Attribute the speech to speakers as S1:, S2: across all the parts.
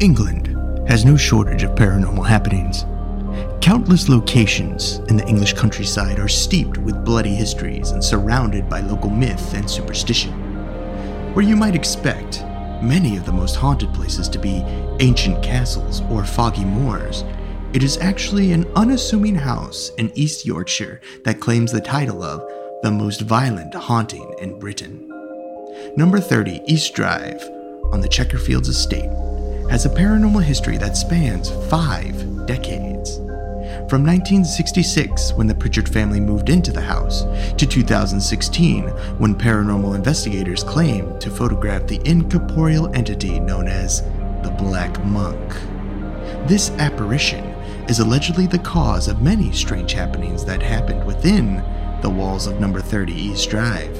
S1: England has no shortage of paranormal happenings. Countless locations in the English countryside are steeped with bloody histories and surrounded by local myth and superstition. Where you might expect many of the most haunted places to be ancient castles or foggy moors, it is actually an unassuming house in East Yorkshire that claims the title of the most violent haunting in Britain. Number 30 East Drive on the Checkerfields estate has a paranormal history that spans five decades. From 1966, when the Pritchard family moved into the house, to 2016, when paranormal investigators claimed to photograph the incorporeal entity known as the Black Monk. This apparition is allegedly the cause of many strange happenings that happened within the walls of number 30 East Drive.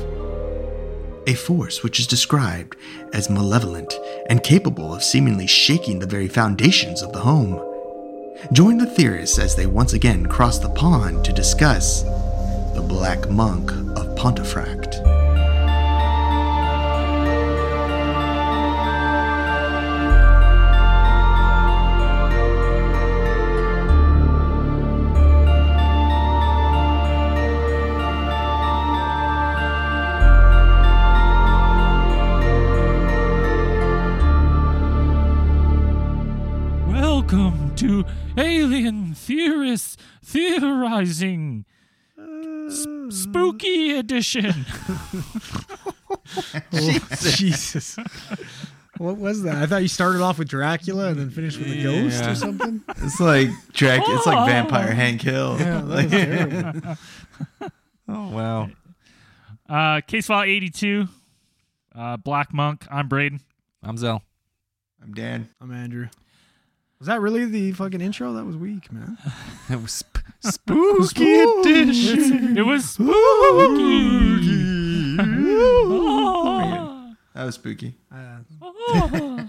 S1: A force which is described as malevolent and capable of seemingly shaking the very foundations of the home. Join the theorists as they once again cross the pond to discuss the Black Monk of Pontefract.
S2: Welcome to Alien Theorists Theorizing S- Spooky Edition.
S3: Oh, Jesus. What was that? I thought you started off with Dracula and then finished with a ghost
S4: Yeah.
S3: or something.
S4: It's like Drac. It's
S2: Oh.
S4: like Vampire Hank Hill. Like-
S3: Terrible.
S4: oh wow.
S2: Uh, case file 82, uh, Black Monk. I'm Braden.
S4: I'm Zell. I'm Dan.
S3: I'm Andrew. Was that really the fucking intro? That was weak, man.
S4: That was sp- spooky edition.
S2: It was spooky. Oh.
S4: That was spooky.
S3: Uh,
S2: Oh.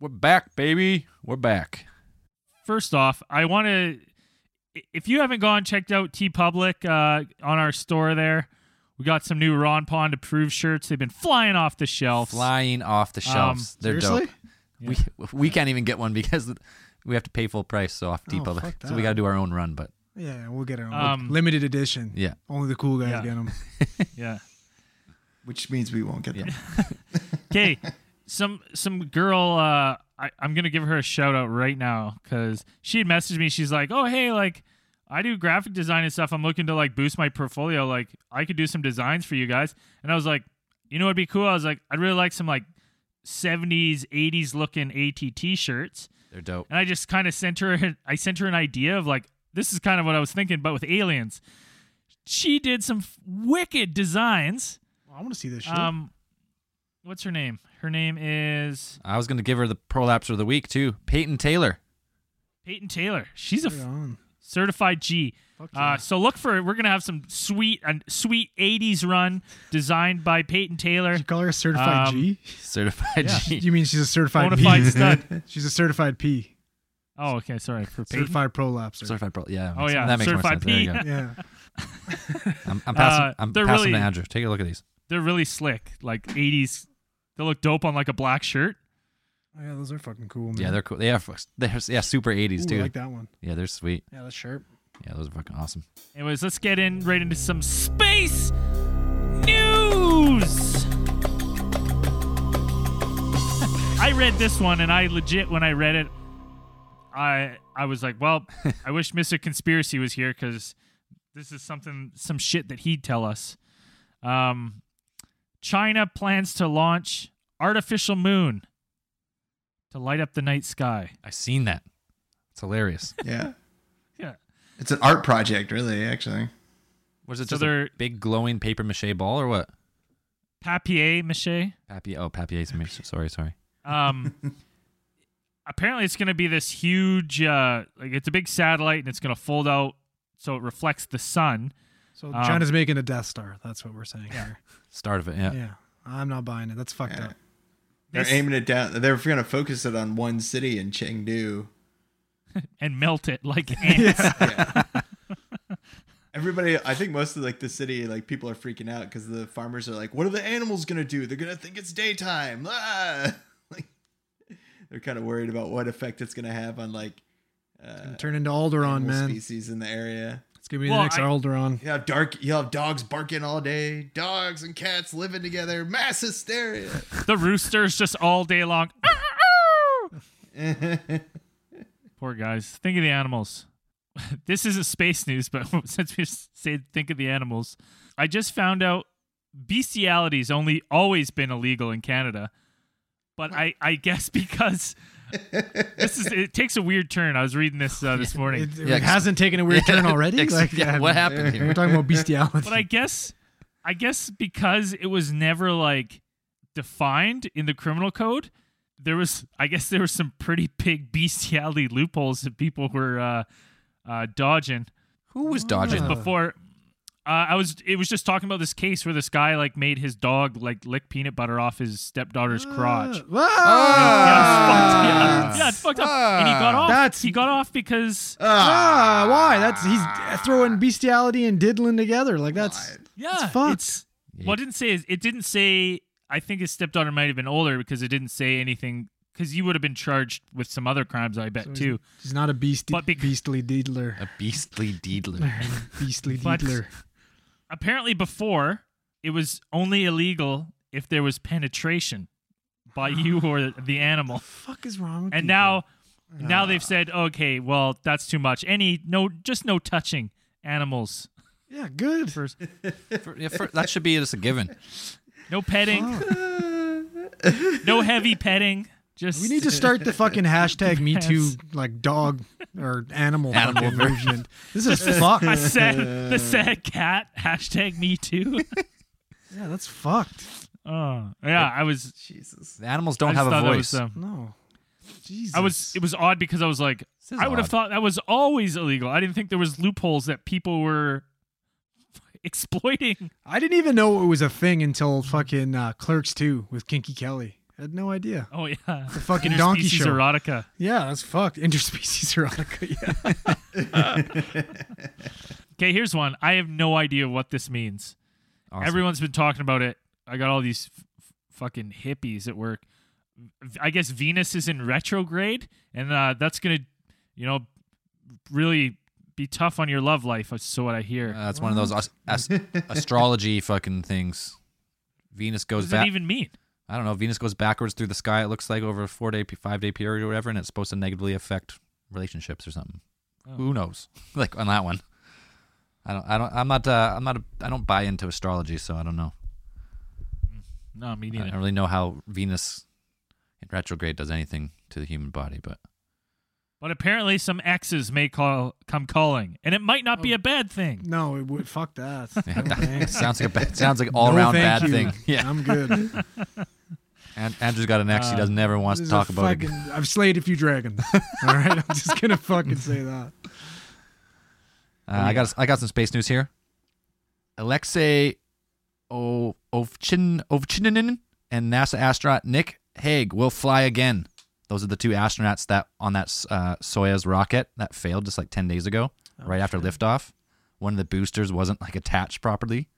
S5: We're back, baby. We're back.
S2: First off, I want to. If you haven't gone checked out T Public uh, on our store there, we got some new Ron Pond approved shirts. They've been flying off the shelves.
S5: Flying off
S2: Um,
S5: the shelves. They're
S3: seriously?
S5: dope. We we can't even get one because we have to pay full price so
S2: Oh,
S5: off T public.
S3: fuck
S5: So we
S3: that.
S5: got to do our own run, but
S3: Yeah, we'll get it. on
S2: Um,
S3: Limited edition.
S5: yeah.
S3: Only the cool guys
S2: Yeah.
S3: get 'em. get them.
S2: Yeah.
S4: Which means we won't get them.
S2: Okay, some some girl. Uh, I, I'm gonna give her a shout out right now because she had messaged me. She's like, "Oh hey, like I do graphic design and stuff. I'm looking to like boost my portfolio. Like I could do some designs for you guys." And I was like, "You know what'd be cool?" I was like, "I'd really like some like 70s, 80s looking ATT shirts."
S5: They're dope.
S2: and I just kind of sent her. I sent her an idea of like this is kind of what I was thinking, but with aliens. She did some f- wicked designs.
S3: I want to see this shit.
S2: Um, what's her name? Her name is
S5: I was going to give her the prolapse of the week too. Peyton Taylor.
S2: Peyton Taylor. She's a
S3: Right
S2: f-
S3: on.
S2: certified G.
S3: Fuck yeah.
S2: Uh, so look for we're gonna have some sweet and sweet '80s run designed by Peyton Taylor.
S3: Did you call her a certified
S2: um,
S3: G?
S5: Certified
S2: Yeah.
S5: G.
S3: You mean she's a certified
S2: Bonafide
S3: P?
S2: stud.
S3: She's a certified P.
S2: Oh, okay, sorry for Peyton.
S3: Certified prolapser.
S5: Certified pro. Yeah.
S2: Oh, yeah,
S5: That makes more
S2: certified
S5: sense. There you go.
S3: Yeah.
S5: I'm, I'm passing.
S2: Uh,
S5: I'm
S2: they're
S5: passing
S2: really-
S5: to Andrew. Take a look at these.
S2: They're really slick, like '80s. They look dope on like a black shirt.
S3: Oh, yeah, those are fucking cool, man.
S5: Yeah, they're cool. They are. fucks- They're yeah, super 80s
S3: Ooh, I
S5: too.
S3: like that one.
S5: yeah, they're sweet.
S3: Yeah, that's sharp.
S5: Yeah, those are fucking awesome.
S2: Anyways, let's get in right into some space news. I read this one and I legit when I read it, I I was like, well, I wish Mr. Conspiracy was here because this is something some shit that he'd tell us. Um, China plans to launch artificial moon to light up the night sky.
S5: I seen that. It's hilarious.
S4: Yeah.
S2: Yeah.
S4: It's an art project, really. Actually.
S5: Was it
S2: So
S5: just a
S2: they're-
S5: big glowing paper mache ball or what?
S2: Papier mache.
S5: Papier. Oh, papier's me. Sorry, sorry.
S2: Um, apparently, it's going to be this huge, uh, like it's a big satellite, and it's going to fold out so it reflects the sun.
S3: So
S2: Um,
S3: China's making a Death Star. That's what we're saying here.
S5: Start of it. Yeah.
S3: Yeah. I'm not buying it. That's fucked
S4: Yeah.
S3: up.
S4: They're
S2: This-
S4: aiming it down. They're going to focus it on one city in Chengdu.
S2: and melt it like ants.
S4: Yeah. Everybody, I think most of like the city, like people are freaking out because the farmers are like, "What are the animals gonna do? They're gonna think it's daytime." Ah! Like, they're kind of worried about what effect it's going to have on like uh,
S3: Turn into Alderon,
S4: animal
S3: man.
S4: species in the area.
S3: It's gonna be
S2: Well,
S3: the next
S2: I-
S3: Alderon.
S4: You have dark. You have dogs barking all day. Dogs and cats living together. Mass hysteria.
S2: The roosters just all day long. Ah, Poor guys. Think of the animals. This isn't space news, but since we say think of the animals, I just found out bestiality's only always been illegal in Canada. But I, I guess because this is it takes a weird turn. I was reading this uh, this morning.
S3: It, it
S5: Yeah,
S3: hasn't taken a weird turn already.
S5: Ex-
S3: like,
S5: yeah,
S3: I
S5: what
S3: mean,
S5: happened
S3: We're
S5: here?
S3: talking about bestiality.
S2: but I guess I guess because it was never like defined in the criminal code, there was I guess there were some pretty big bestiality loopholes that people were uh, uh, dodging
S5: Who was dodging?
S3: Uh.
S2: before. Uh, I was it was just talking about this case where this guy like made his dog like lick peanut butter off his stepdaughter's crotch.
S3: Whoa!
S2: Yeah,
S5: Ah.
S2: it's fucked. Yeah, yeah, it's fucked up. and he got off.
S3: That's-
S2: he got off because
S3: Ah, why? That's he's throwing bestiality and diddling together. Like that's
S2: yeah,
S3: it's fucked.
S2: it's Well, it didn't say is it didn't say. I think his stepdaughter might have been older because it didn't say anything. Because you would have been charged with some other crimes, I bet
S3: he's-
S2: too.
S3: he's not a beastie,
S2: But bec-
S3: beastly diddler.
S5: A beastly deedler.
S3: beastly
S2: But-
S3: diddler.
S2: Apparently, before it was only illegal if there was penetration by you or the animal,
S3: fuck is wrong with
S2: and
S3: people? Ah.
S2: now, now they've said, okay, well, that's too much. Any no, just no touching animals.
S3: Yeah, good.
S2: First,
S5: For- yeah, for- that should be just a given.
S2: no petting, no heavy petting. Just
S3: We need to start the fucking hashtag Me Too like dog or animal,
S5: Animal
S3: fucking movement. This is fucked.
S2: I said the sad cat hashtag me too.
S3: Yeah, that's fucked.
S2: Oh yeah, I was.
S4: Jesus.
S5: The animals
S2: I
S5: don't
S2: just
S5: have a
S2: thought that
S5: voice.
S2: was, um,
S3: No, Jesus.
S2: I was. It was odd because I was like,
S5: This is
S2: I would have
S5: odd.
S2: thought that was always illegal. I didn't think there was loopholes that people were exploiting.
S3: I didn't even know it was a thing until fucking uh, Clerks 2 with Kinky Kelly. I had no idea.
S2: Oh yeah, the
S3: fucking donkey show.
S2: erotica.
S3: Yeah, that's fucked. Interspecies erotica. Yeah.
S2: Okay, here's one. I have no idea what this means.
S5: Awesome.
S2: Everyone's been talking about it. I got all these f- f- fucking hippies at work. V- I guess Venus is in retrograde, and uh, that's gonna, you know, really be tough on your love life. That's so what I hear.
S5: Uh, it's one of those as- as- astrology fucking things. Venus
S2: what
S5: goes
S2: does
S5: back.
S2: that even mean?
S5: I don't know. Venus goes backwards through the sky. It looks like over a four day, five day period or whatever, and it's supposed to negatively affect relationships or something.
S2: Oh.
S5: Who knows? Like on that one, I don't. I don't. I'm not. Uh, I'm not. A, I don't buy into astrology, so I don't know.
S2: No, me
S5: I
S2: neither.
S5: don't really know how Venus in retrograde does anything to the human body, but
S2: But apparently, some exes may call come calling, and it might not be a bad thing.
S3: No, it would. Fuck that.
S5: Yeah,
S3: No
S5: that-
S3: thanks.
S5: sounds like a bad, sounds like all
S3: No,
S5: around
S3: thank
S5: bad
S3: you.
S5: thing. Yeah,
S3: I'm good.
S5: and Andrew's got an ex
S3: Uh,
S5: he doesn't ever wants
S3: This
S5: to
S3: is
S5: talk
S3: a
S5: about
S3: fucking,
S5: again.
S3: I've slayed a few dragons. All right, I'm just gonna fucking say that.
S5: Uh, I got I got some space news here. Alexei o- Ovchin Ovchinin and NASA astronaut Nick Haig will fly again. Those are the two astronauts that on that uh, Soyuz rocket that failed just like ten days ago, right after liftoff. One of the boosters wasn't like attached properly,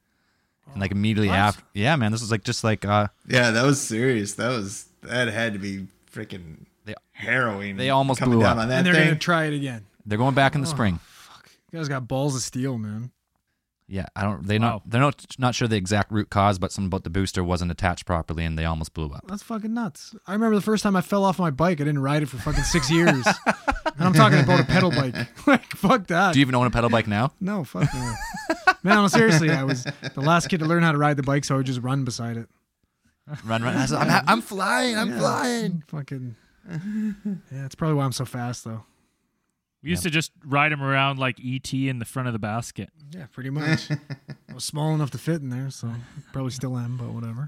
S5: and like immediately after, yeah, man, this was like just like uh,
S4: Yeah, that was serious. That was that had to be freaking
S5: They-
S4: harrowing.
S5: they almost
S4: coming
S5: blew
S4: down
S5: up.
S3: and
S4: on that
S3: they're
S4: thing.
S3: gonna try it again.
S5: they're going back in the spring.
S3: You guys got balls of steel, man.
S5: Yeah, I don't. They
S2: Wow.
S5: not. They're not not sure the exact root cause, but something about the booster wasn't attached properly, and they almost blew up.
S3: That's fucking nuts. I remember the first time I fell off my bike. I didn't ride it for fucking six years, and I'm talking about a pedal bike. like fuck that.
S5: Do you even own a pedal bike now?
S3: no, fuck no. Man, no, seriously, I was the last kid to learn how to ride the bike, so I would just run beside it.
S5: Run, run! I said, I'm, I'm flying! I'm
S3: Yeah,
S5: flying!
S3: Fucking. Yeah, that's probably why I'm so fast, though.
S2: We used to just ride him around like ET in the front of the basket.
S3: Yeah, pretty much. I was small enough to fit in there, so probably still am, but whatever.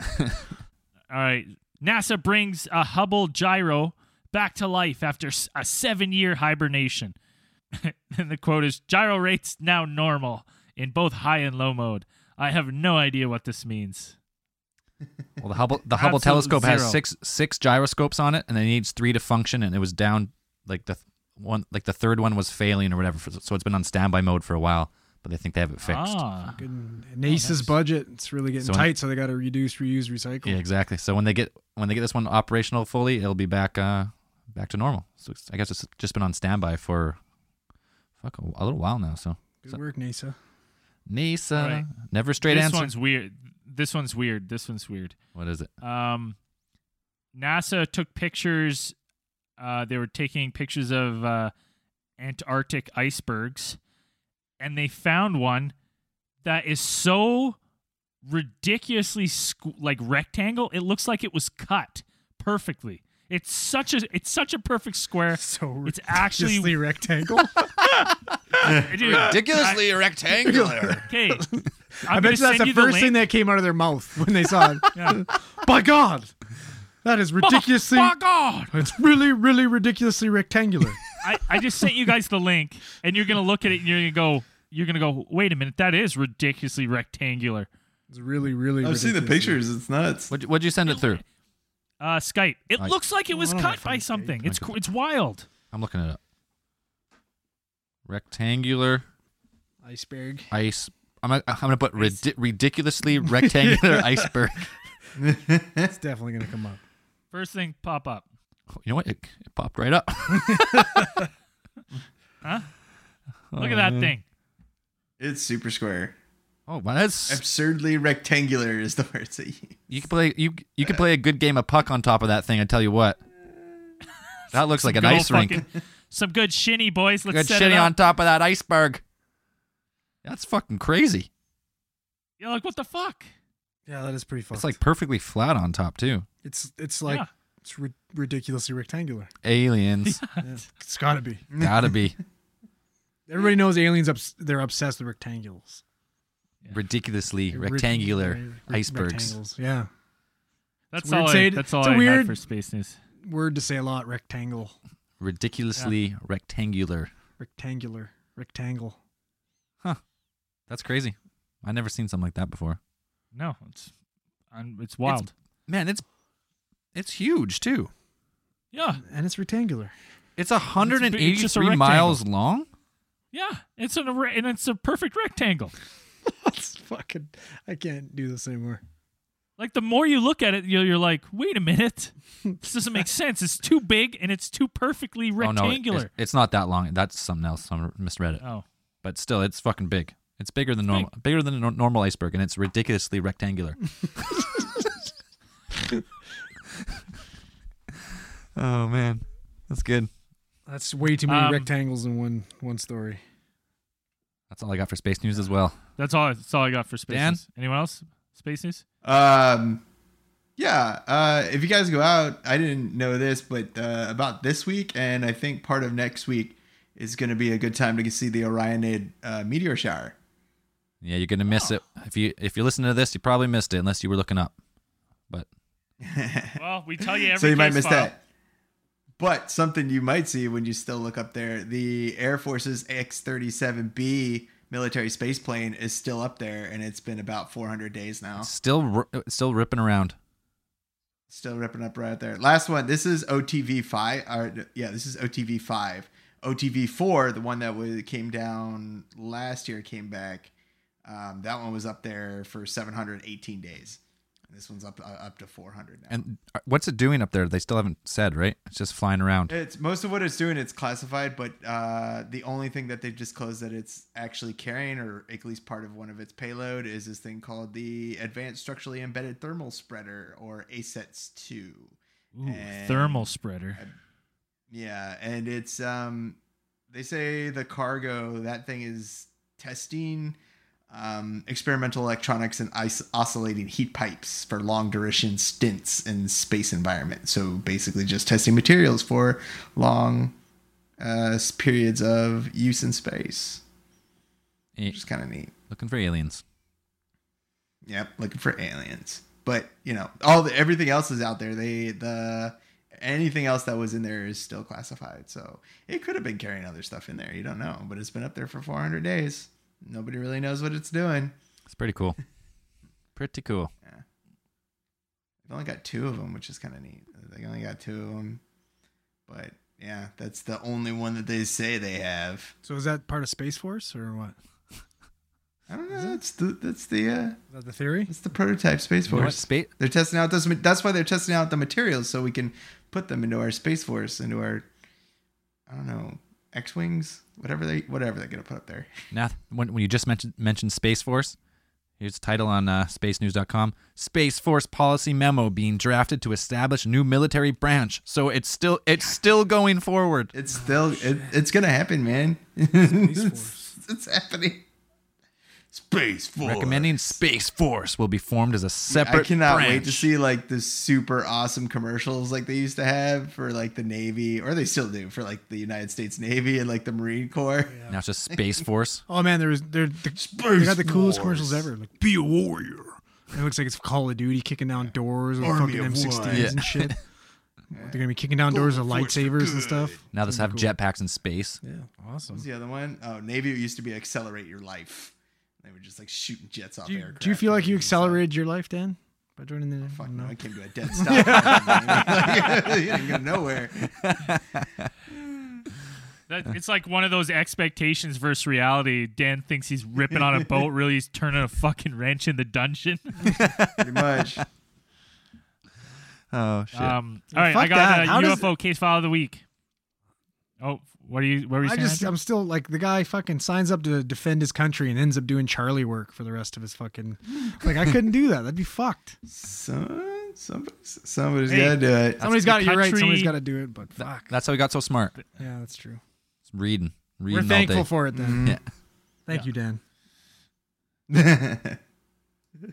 S2: All right, NASA brings a Hubble gyro back to life after s- a seven-year hibernation. and the quote is: "Gyro rates now normal in both high and low mode." I have no idea what this means.
S5: Well, the Hubble the Hubble
S2: Absolute
S5: telescope
S2: zero.
S5: has six six gyroscopes on it, and it needs three to function. And it was down like the th- one like the third one was failing or whatever, for- so it's been on standby mode for a while. But they think they have it fixed.
S2: Ah,
S3: Good. NASA's budget, it's really getting
S5: So-
S3: tight, so they got to reduce, reuse, recycle.
S5: Yeah, exactly. So when they get when they get this one operational fully, it'll be back uh, back to normal. So it's, I guess it's just been on standby for fuck a, a little while now. So
S3: Good work, NASA.
S5: NASA,
S2: Right.
S5: never straight
S2: this
S5: answer.
S2: one's weird. This one's weird. This one's weird.
S5: What is it?
S2: Um, NASA took pictures. Uh, they were taking pictures of uh, Antarctic icebergs, and they found one that is so ridiculously squ- like rectangle. It looks like it was cut perfectly. It's such a it's such a perfect square.
S3: So
S2: It's actually-
S3: ridiculously rectangle.
S2: Dude,
S5: Ridiculously rectangular.
S2: okay, I'm
S3: I
S2: gonna
S3: bet you that's
S2: send
S3: the
S2: you
S3: first
S2: link.
S3: thing that came out of their mouth when they saw it.
S2: Yeah.
S3: By God, that is ridiculously.
S2: Oh, my God.
S3: It's really, really ridiculously rectangular.
S2: I, I just sent you guys the link, and you're gonna look at it, and you're gonna go, you're gonna go, wait a minute, that is ridiculously rectangular.
S3: It's really, really.
S4: I've seen Oh, the pictures. It's nuts.
S5: What'd, what'd you send it through?
S2: Uh, Skype. It
S5: I-
S2: looks like it was
S3: I don't know
S2: cut
S3: if
S2: by
S3: I'm
S2: something. It's cr- it's wild.
S5: I'm looking it up. Rectangular
S3: Iceberg.
S5: ice. I'm gonna, I'm gonna put ridi- ridiculously rectangular iceberg.
S3: It's definitely gonna come up.
S2: First thing pop up.
S5: You know what? It, it popped right up.
S2: Look
S3: Oh,
S2: at that thing.
S4: It's super square.
S5: Oh, well, that's
S4: Absurdly rectangular is the word that you.
S5: you can play you you can play a good game of puck on top of that thing. I tell you what, that looks like an
S2: Good old
S5: ice rink.
S2: fucking- Some good shinny boys. Let's
S5: Good
S2: set
S5: shitty
S2: it
S5: on
S2: up.
S5: top of that iceberg. That's fucking crazy.
S2: You're like, what the fuck?
S3: Yeah, that is pretty fun.
S5: It's like perfectly flat on top too.
S3: it's it's like
S2: Yeah.
S3: it's ri- ridiculously rectangular.
S5: Aliens
S3: Yeah, it's gotta be.
S5: gotta be
S3: Everybody knows aliens. Obs- they're obsessed with rectangles.
S5: ridiculously
S3: They're ri-
S5: rectangular
S3: they're ri-
S5: icebergs.
S3: rectangles, Yeah,
S2: That's
S3: weird
S2: all. I,
S3: saying-
S2: that's
S3: it's
S2: all
S3: a
S2: I had
S3: weird-
S2: for space news.
S3: word to say a lot. Rectangle,
S5: Ridiculously rectangular.
S3: rectangular, rectangle.
S5: That's crazy. I never seen something like that before.
S2: No, it's I'm, it's wild.
S5: Man, it's it's huge too.
S2: yeah,
S3: And it's rectangular.
S5: It's 183
S2: it's just a rectangle.
S5: miles long.
S2: yeah. It's an array, and it's a perfect rectangle.
S3: That's fucking. I can't do this anymore.
S2: Like the more you look at it, you're, you're like, wait a minute, this doesn't make sense. It's too big and it's too perfectly
S5: Oh no, it-
S2: rectangular.
S5: it's, it's not that long. That's something else. I misread it.
S2: Oh,
S5: But still, it's fucking big. It's bigger than normal, bigger than a nor- normal iceberg, and it's ridiculously rectangular. oh man, that's good.
S3: That's way too many
S2: Um,
S3: rectangles in one one story.
S5: That's all I got for space news as well.
S2: that's all. That's all I got for space.
S5: Dan?
S2: News. Anyone else? Space news?
S4: Um, yeah. Uh, if you guys go out, I didn't know this, but uh, about this week and I think part of next week is going to be a good time to see the Orionid uh, meteor shower.
S5: Yeah, you're gonna miss it if you if you listen to this. You probably missed it unless you were looking up. But
S2: Well, we tell you every.
S4: so you might
S2: case
S4: miss
S2: file.
S4: that. But something you might see when you still look up there, the Air Force's X-37B military space plane is still up there, and it's been about 400 days now.
S5: it's still ri- it's still ripping around.
S4: Still ripping up right there. Last one. This is OTV five. Or yeah, this is OTV five. OTV four, the one that was, came down last year, came back. Um, that one was up there for 718 days. And this one's up uh, up to 400 now.
S5: And uh, what's it doing up there? They still haven't said, right? It's just flying around.
S4: It's most of what it's doing. It's classified, but uh, the only thing that they've disclosed that it's actually carrying, or at least part of one of its payload, is this thing called the Advanced Structurally Embedded Thermal Spreader, or ASETS two.
S2: Ooh,
S4: And-
S2: thermal spreader.
S4: Yeah, and it's um, they say the cargo that thing is testing um, experimental electronics and is- oscillating heat pipes for long duration stints in space environment. So basically, just testing materials for long uh, s- periods of use in space,
S5: Eh,
S4: which is kind of neat.
S5: Looking for aliens.
S4: Yep, looking for aliens. But you know, all the, everything else is out there. They the anything else that was in there is still classified. So it could have been carrying other stuff in there. You don't know, but it's been up there for 400 days. Nobody really knows what it's doing.
S5: It's pretty cool. pretty cool.
S4: They've only got two of them, which is kind of neat. They only got two of them, but yeah, that's the only one that they say they have.
S3: So is that part of Space Force or what?
S4: I don't know. That's the that's the uh,
S3: Is that the theory?
S4: that's the prototype space
S5: You know what?
S4: force.
S5: Spa-
S4: They're testing out those. ma- That's why they're testing out the materials so we can put them into our space force, into our I don't know X wings, whatever they whatever they're gonna put up there.
S5: Nath, when, when you just mentioned mentioned Space Force, here's a title on uh, spacenews.com. Space Force policy memo being drafted to establish new military branch. So it's still it's still going forward.
S4: It's
S3: Oh,
S4: still it, it's gonna happen, man.
S3: Force.
S4: it's, it's happening. Space force.
S5: Recommending Space Force will be formed as a separate
S4: I cannot wait
S5: branch.
S4: to see like the super awesome commercials like they used to have for like the Navy, or they still do for like the United States Navy and like the Marine Corps.
S5: Now it's just Space Force.
S3: Oh man, there was there the,
S4: Space
S3: they got the coolest
S4: Force.
S3: commercials ever. Like be a warrior. And it looks like it's Call of Duty kicking down doors with
S4: Army
S3: fucking
S4: of
S3: M16s
S4: one.
S5: Yeah.
S3: and shit. They're gonna be kicking down doors with
S4: Force for
S3: lightsabers and
S4: good.
S3: stuff.
S5: Now this have jetpacks in space.
S3: Yeah, awesome.
S4: What's the other one? Oh, Navy used to be accelerate your life. They were just like shooting jets off
S3: Do you,
S4: aircraft.
S3: do you feel like you
S4: and stuff.
S3: accelerated your life, Dan, by joining the?
S4: Fuck
S3: no.
S4: no, I came to a dead stop. yeah, you didn't go nowhere.
S2: That, it's like one of those expectations versus reality. Dan thinks he's ripping on a boat, really he's turning a fucking wrench in the dungeon.
S4: Pretty much.
S5: Oh shit.
S2: Um, all right,
S3: Fuck
S2: I got
S3: that.
S2: a
S3: How does-
S2: UFO case file of the week. Oh, what are you? What are you
S3: I
S2: saying?
S3: just,
S2: Andrew?
S3: I'm still like the guy fucking signs up to defend his country and ends up doing Charlie work for the rest of his fucking. Like I couldn't do that. That'd be fucked.
S4: Some, somebody, somebody's
S2: Hey.
S4: got to do it.
S3: Somebody's got it. You're right.
S2: country-
S3: Somebody's got to do it. But fuck.
S5: That's how we got so smart.
S3: yeah, that's true.
S5: It's reading. Reading
S3: We're
S5: all
S3: thankful
S5: day.
S3: for it Mm-hmm. then.
S5: Yeah.
S3: Thank
S2: Yeah.
S3: you, Dan.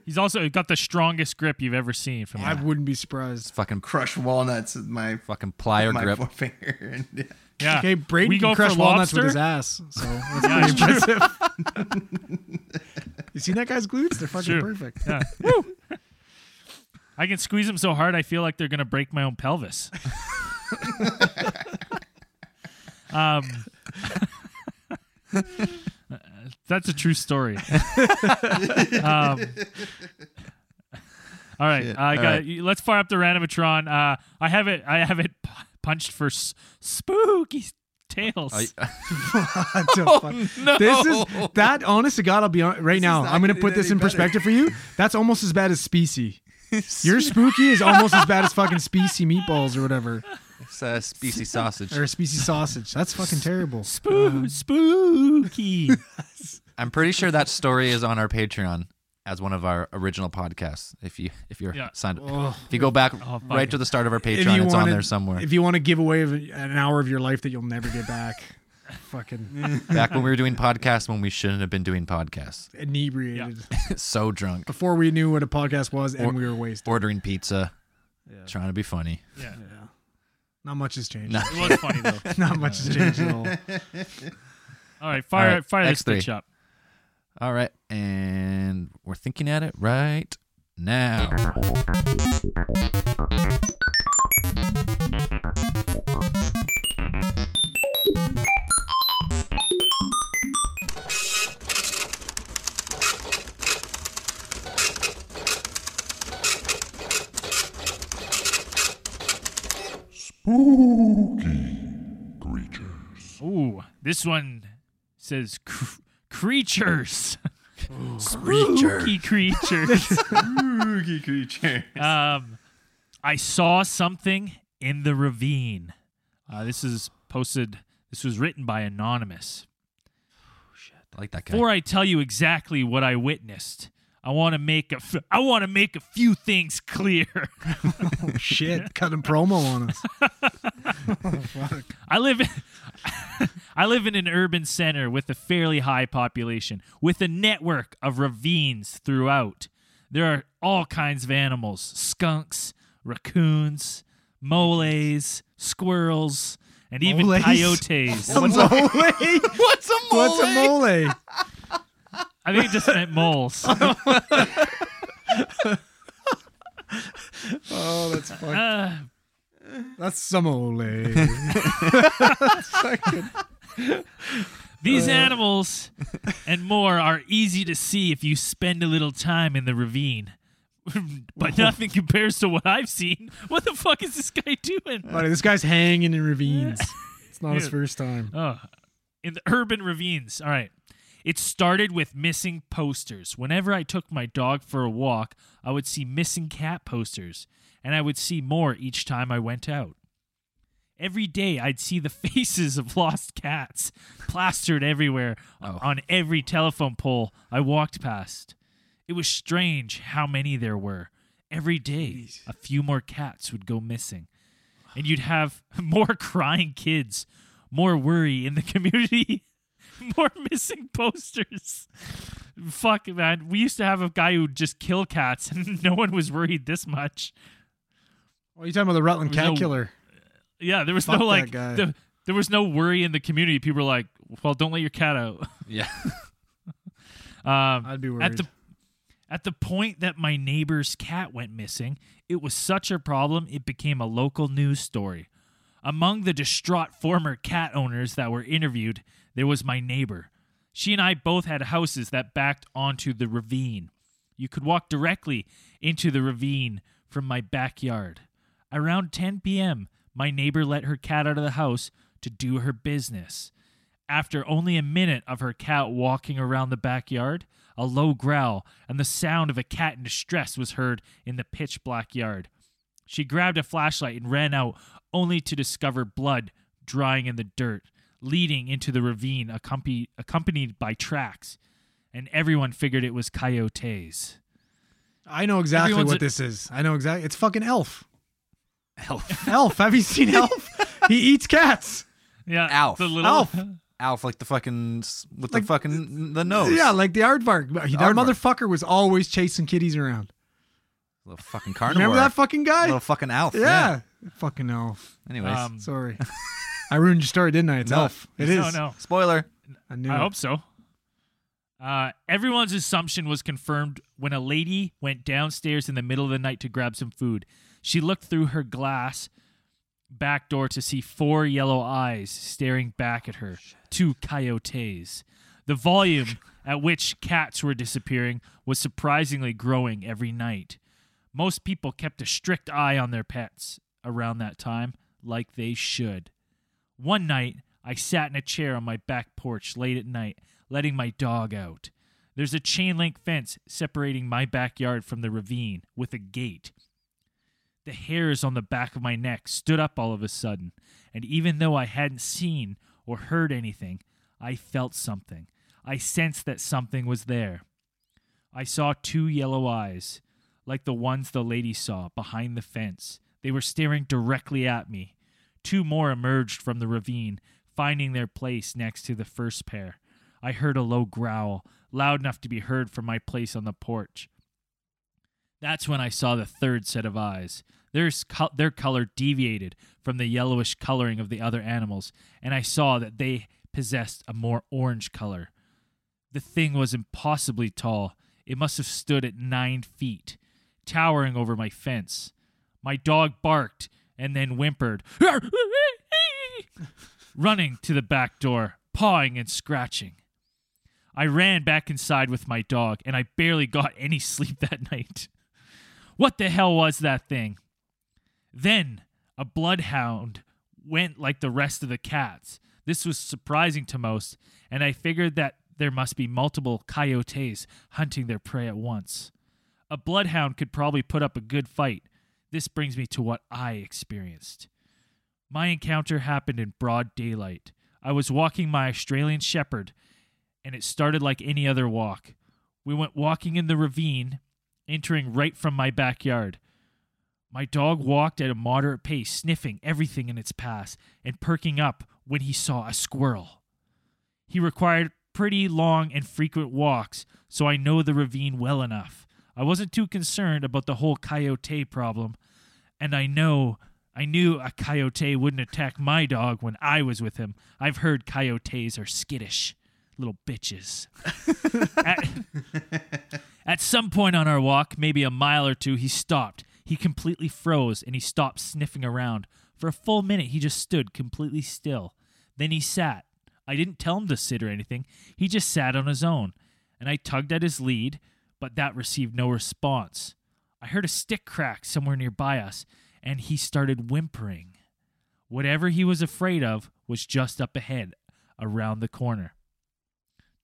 S2: He's also got the strongest grip you've ever seen from
S3: I
S2: that.
S3: wouldn't be
S5: It's
S3: surprised.
S5: fucking
S4: Crush walnuts with my
S5: fucking plier
S4: my
S5: grip.
S4: forefinger. And,
S2: Yeah.
S3: Okay, Brady
S2: we
S3: can
S2: go
S3: crush
S2: for
S3: walnuts
S2: lobster.
S3: with his ass. So that's
S2: Yeah, it's
S3: pretty impressive. you seen that guy's glutes? They're fucking
S2: true.
S3: perfect.
S2: Yeah. Woo. I can squeeze them so hard I feel like they're gonna break my own pelvis. um, that's a true story. um, all right, I got. Let's fire up the randomatron. Uh, I have it. I have it p- punched for s- spooky tales.
S5: I-
S3: That's so
S4: Oh,
S3: fun. This is that. Honest to God, I'll be on, right now.
S4: not
S3: I'm gonna
S4: getting
S3: put this
S4: any
S3: in
S4: better.
S3: perspective for you. That's almost as bad as specie. Your spooky is almost as bad as fucking specie meatballs or whatever,
S5: It's a specie uh, sausage.
S3: or specie sausage. That's fucking terrible.
S2: Spoo- spooky.
S5: I'm pretty sure that story is on our Patreon as one of our original podcasts. If you if you're
S2: Yeah.
S5: signed,
S3: Oh.
S5: if you go back
S2: Oh, fuck
S5: right
S2: it.
S5: to the start of our Patreon, it's on
S3: wanna-
S5: there somewhere.
S3: If you want to give away of- an hour of your life that you'll never get back, fucking
S5: back when we were doing podcasts when we shouldn't have been doing podcasts.
S3: inebriated
S5: so drunk,
S3: before we knew what a podcast was, and we were wasted.
S5: ordering pizza, trying to be funny.
S2: Yeah,
S3: Not much has changed.
S5: No.
S2: it was funny though.
S3: Not much has changed at all.
S2: All right, fire
S5: All right,
S2: fire this
S5: X3.
S2: bitch up.
S5: All right, and we're thinking at it right now.
S2: Ooh, this one says cr- creatures,
S5: Creature.
S2: spooky creatures.
S4: Spooky creature.
S2: um, I saw something in the ravine. Uh, this is posted. This was written by anonymous.
S5: I like that guy.
S2: Before I tell you exactly what I witnessed, I want to make a f- I want to make a few things clear.
S3: Shit, cutting promo on us.
S2: I live in, I live in an urban center with a fairly high population, with a network of ravines throughout. There are all kinds of animals: skunks, raccoons, moles, squirrels, and even
S3: Moles?
S2: coyotes.
S3: What's a mole?
S5: What's a mole?
S3: What's a mole?
S2: I think it just meant moles.
S3: Oh, that's fuck.
S2: Uh,
S3: That's some mole.
S2: These animals and more are easy to see if you spend a little time in the ravine. but nothing compares to what I've seen. What the fuck is this guy doing?
S3: Buddy, this guy's hanging in ravines. It's not his
S2: Dude.
S3: first time.
S2: Oh, in the urban ravines. All right. It started with missing posters. Whenever I took my dog for a walk, I would see missing cat posters, and I would see more each time I went out. Every day I'd see the faces of lost cats plastered everywhere on every telephone pole I walked past. It was strange how many there were. Every day, a few more cats would go missing. And you'd have more crying kids, more worry in the community, more missing posters. Fuck, man. We used to have a guy who would just kill cats, and no one was worried this much.
S3: Well, you're talking about the Rutland
S2: There
S3: cat
S2: was no-
S3: killer.
S2: Yeah, there was
S3: Fuck
S2: no
S3: that
S2: like,
S3: guy.
S2: the, there was no worry in the community. People were like, well, don't let your cat out.
S5: Yeah.
S2: Um,
S3: I'd be
S2: at
S3: worried.
S2: the at the point that my neighbor's cat went missing, it was such a problem it became a local news story. Among the distraught former cat owners that were interviewed, there was my neighbor. She and I both had houses that backed onto the ravine. You could walk directly into the ravine from my backyard. Around 10 p.m., my neighbor let her cat out of the house to do her business. After only a minute of her cat walking around the backyard, a low growl and the sound of a cat in distress was heard in the pitch black yard. She grabbed a flashlight and ran out, only to discover blood drying in the dirt, leading into the ravine, accompa- accompanied by tracks. And everyone figured it was coyotes.
S3: I know exactly
S2: Everyone's
S3: what
S2: a-
S3: this is. I know exactly. It's fucking Elf.
S5: Elf.
S3: Elf. Have you seen Elf? he eats cats.
S2: Yeah,
S5: Alf.
S2: the little
S3: Elf.
S5: Alf, like the fucking s- with
S3: Like,
S5: the fucking the
S2: Oh,
S5: nose.
S3: Yeah, like the aardvark. That
S5: Aardvark.
S3: motherfucker was always chasing kitties around.
S5: little fucking carnivore.
S3: Remember that fucking guy?
S5: little fucking Alf.
S3: yeah. Fucking Elf.
S5: Anyways,
S2: Um,
S3: Sorry. I ruined your story, didn't I? It's
S5: No.
S3: Elf. It is.
S2: no, no.
S5: spoiler.
S3: I knew.
S2: I
S3: it.
S2: hope so. Uh, everyone's assumption was confirmed when a lady went downstairs in the middle of the night to grab some food. She looked through her glass back door to see four yellow eyes staring back at her, two coyotes. The volume at which cats were disappearing was surprisingly growing every night. Most people kept a strict eye on their pets around that time, like they should. One night, I sat in a chair on my back porch late at night, letting my dog out. There's a chain link fence separating my backyard from the ravine with a gate. The hairs on the back of my neck stood up all of a sudden, and even though I hadn't seen or heard anything, I felt something. I sensed that something was there. I saw two yellow eyes, like the ones the lady saw behind the fence. They were staring directly at me. Two more emerged from the ravine, finding their place next to the first pair. I heard a low growl, loud enough to be heard from my place on the porch. That's when I saw the third set of eyes. Theirs co- their color deviated from the yellowish coloring of the other animals, and I saw that they possessed a more orange color. The thing was impossibly tall. It must have stood at nine feet, towering over my fence. My dog barked and then whimpered, running to the back door, pawing and scratching. I ran back inside with my dog, and I barely got any sleep that night. What the hell was that thing? Then a bloodhound went like the rest of the cats. This was surprising to most, and I figured that there must be multiple coyotes hunting their prey at once. A bloodhound could probably put up a good fight. This brings me to what I experienced. My encounter happened in broad daylight. I was walking my Australian Shepherd, and it started like any other walk. We went walking in the ravine, entering right from my backyard. My dog walked at a moderate pace, sniffing everything in its path and perking up when he saw a squirrel. He required pretty long and frequent walks, so I know the ravine well enough. I wasn't too concerned about the whole coyote problem, and I know I knew a coyote wouldn't attack my dog when I was with him. I've heard coyotes are skittish little bitches. At- at some point on our walk, maybe a mile or two, he stopped. He completely froze and he stopped sniffing around. For a full minute, he just stood completely still. Then he sat. I didn't tell him to sit or anything. He just sat on his own. And I tugged at his lead, but that received no response. I heard a stick crack somewhere nearby us, and he started whimpering. Whatever he was afraid of was just up ahead, around the corner.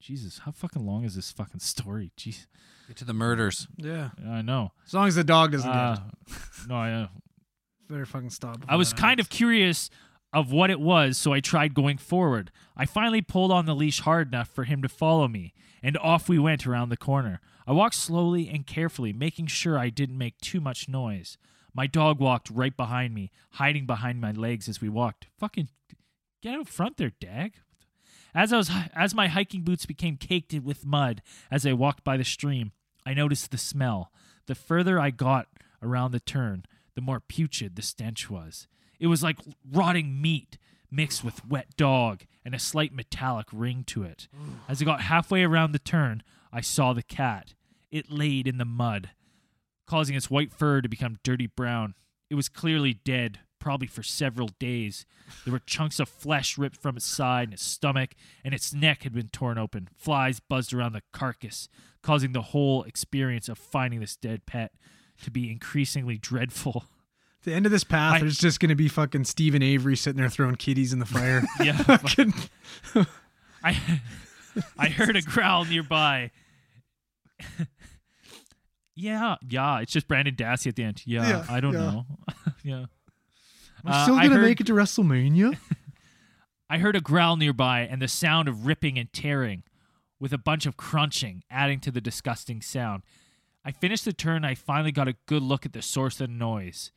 S2: Jesus, how fucking long is this fucking story? Jeez,
S5: Get to the murders.
S3: Yeah.
S2: I know.
S3: As long as the dog doesn't
S2: Uh,
S3: get it.
S2: no, I know.
S3: Better fucking stop.
S2: I was kind of curious of what it was, so I tried going forward. I finally pulled on the leash hard enough for him to follow me, and off we went around the corner. I walked slowly and carefully, making sure I didn't make too much noise. My dog walked right behind me, hiding behind my legs as we walked. Fucking get out front there, Dag. As I was as my hiking boots became caked with mud as I walked by the stream, I noticed the smell. The further I got around the turn, the more putrid the stench was. It was like rotting meat mixed with wet dog and a slight metallic ring to it. As I got halfway around the turn, I saw the cat. It laid in the mud, causing its white fur to become dirty brown. It was clearly dead, probably for several days. There were chunks of flesh ripped from its side and its stomach, and its neck had been torn open. Flies buzzed around the carcass, causing the whole experience of finding this dead pet to be increasingly dreadful.
S3: The end of this path
S2: I-
S3: there's just gonna be fucking Stephen Avery sitting there throwing kitties in the fire.
S2: Yeah.
S3: Fucking-
S2: I I heard a growl nearby. yeah, yeah. It's just Brandon Dassey at the end. Yeah,
S3: Yeah,
S2: I don't
S3: yeah.
S2: know. yeah.
S3: We're
S2: Uh,
S3: still
S2: I
S3: gonna
S2: heard-
S3: make it to WrestleMania.
S2: I heard a growl nearby and the sound of ripping and tearing, with a bunch of crunching adding to the disgusting sound. I finished the turn. I finally got a good look at the source of the noise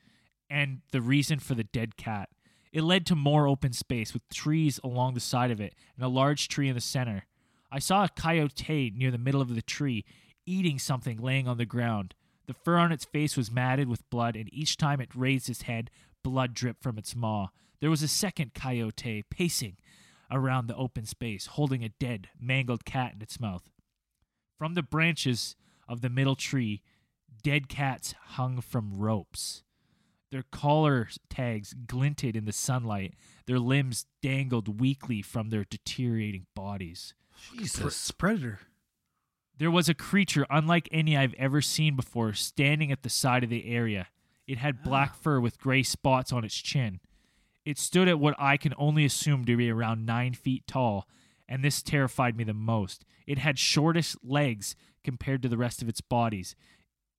S2: and the reason for the dead cat. It led to more open space with trees along the side of it and a large tree in the center. I saw a coyote near the middle of the tree eating something laying on the ground. The fur on its face was matted with blood, and each time it raised its head, blood dripped from its maw. There was a second coyote pacing around the open space, holding a dead, mangled cat in its mouth. From the branches of the middle tree, dead cats hung from ropes. Their collar tags glinted in the sunlight. Their limbs dangled weakly from their deteriorating bodies.
S3: It's Predator.
S2: There was a creature unlike any I've ever seen before standing at the side of the area. It had black fur with gray spots on its chin. It stood at what I can only assume to be around nine feet tall, and this terrified me the most. It had shortest legs compared to the rest of its bodies.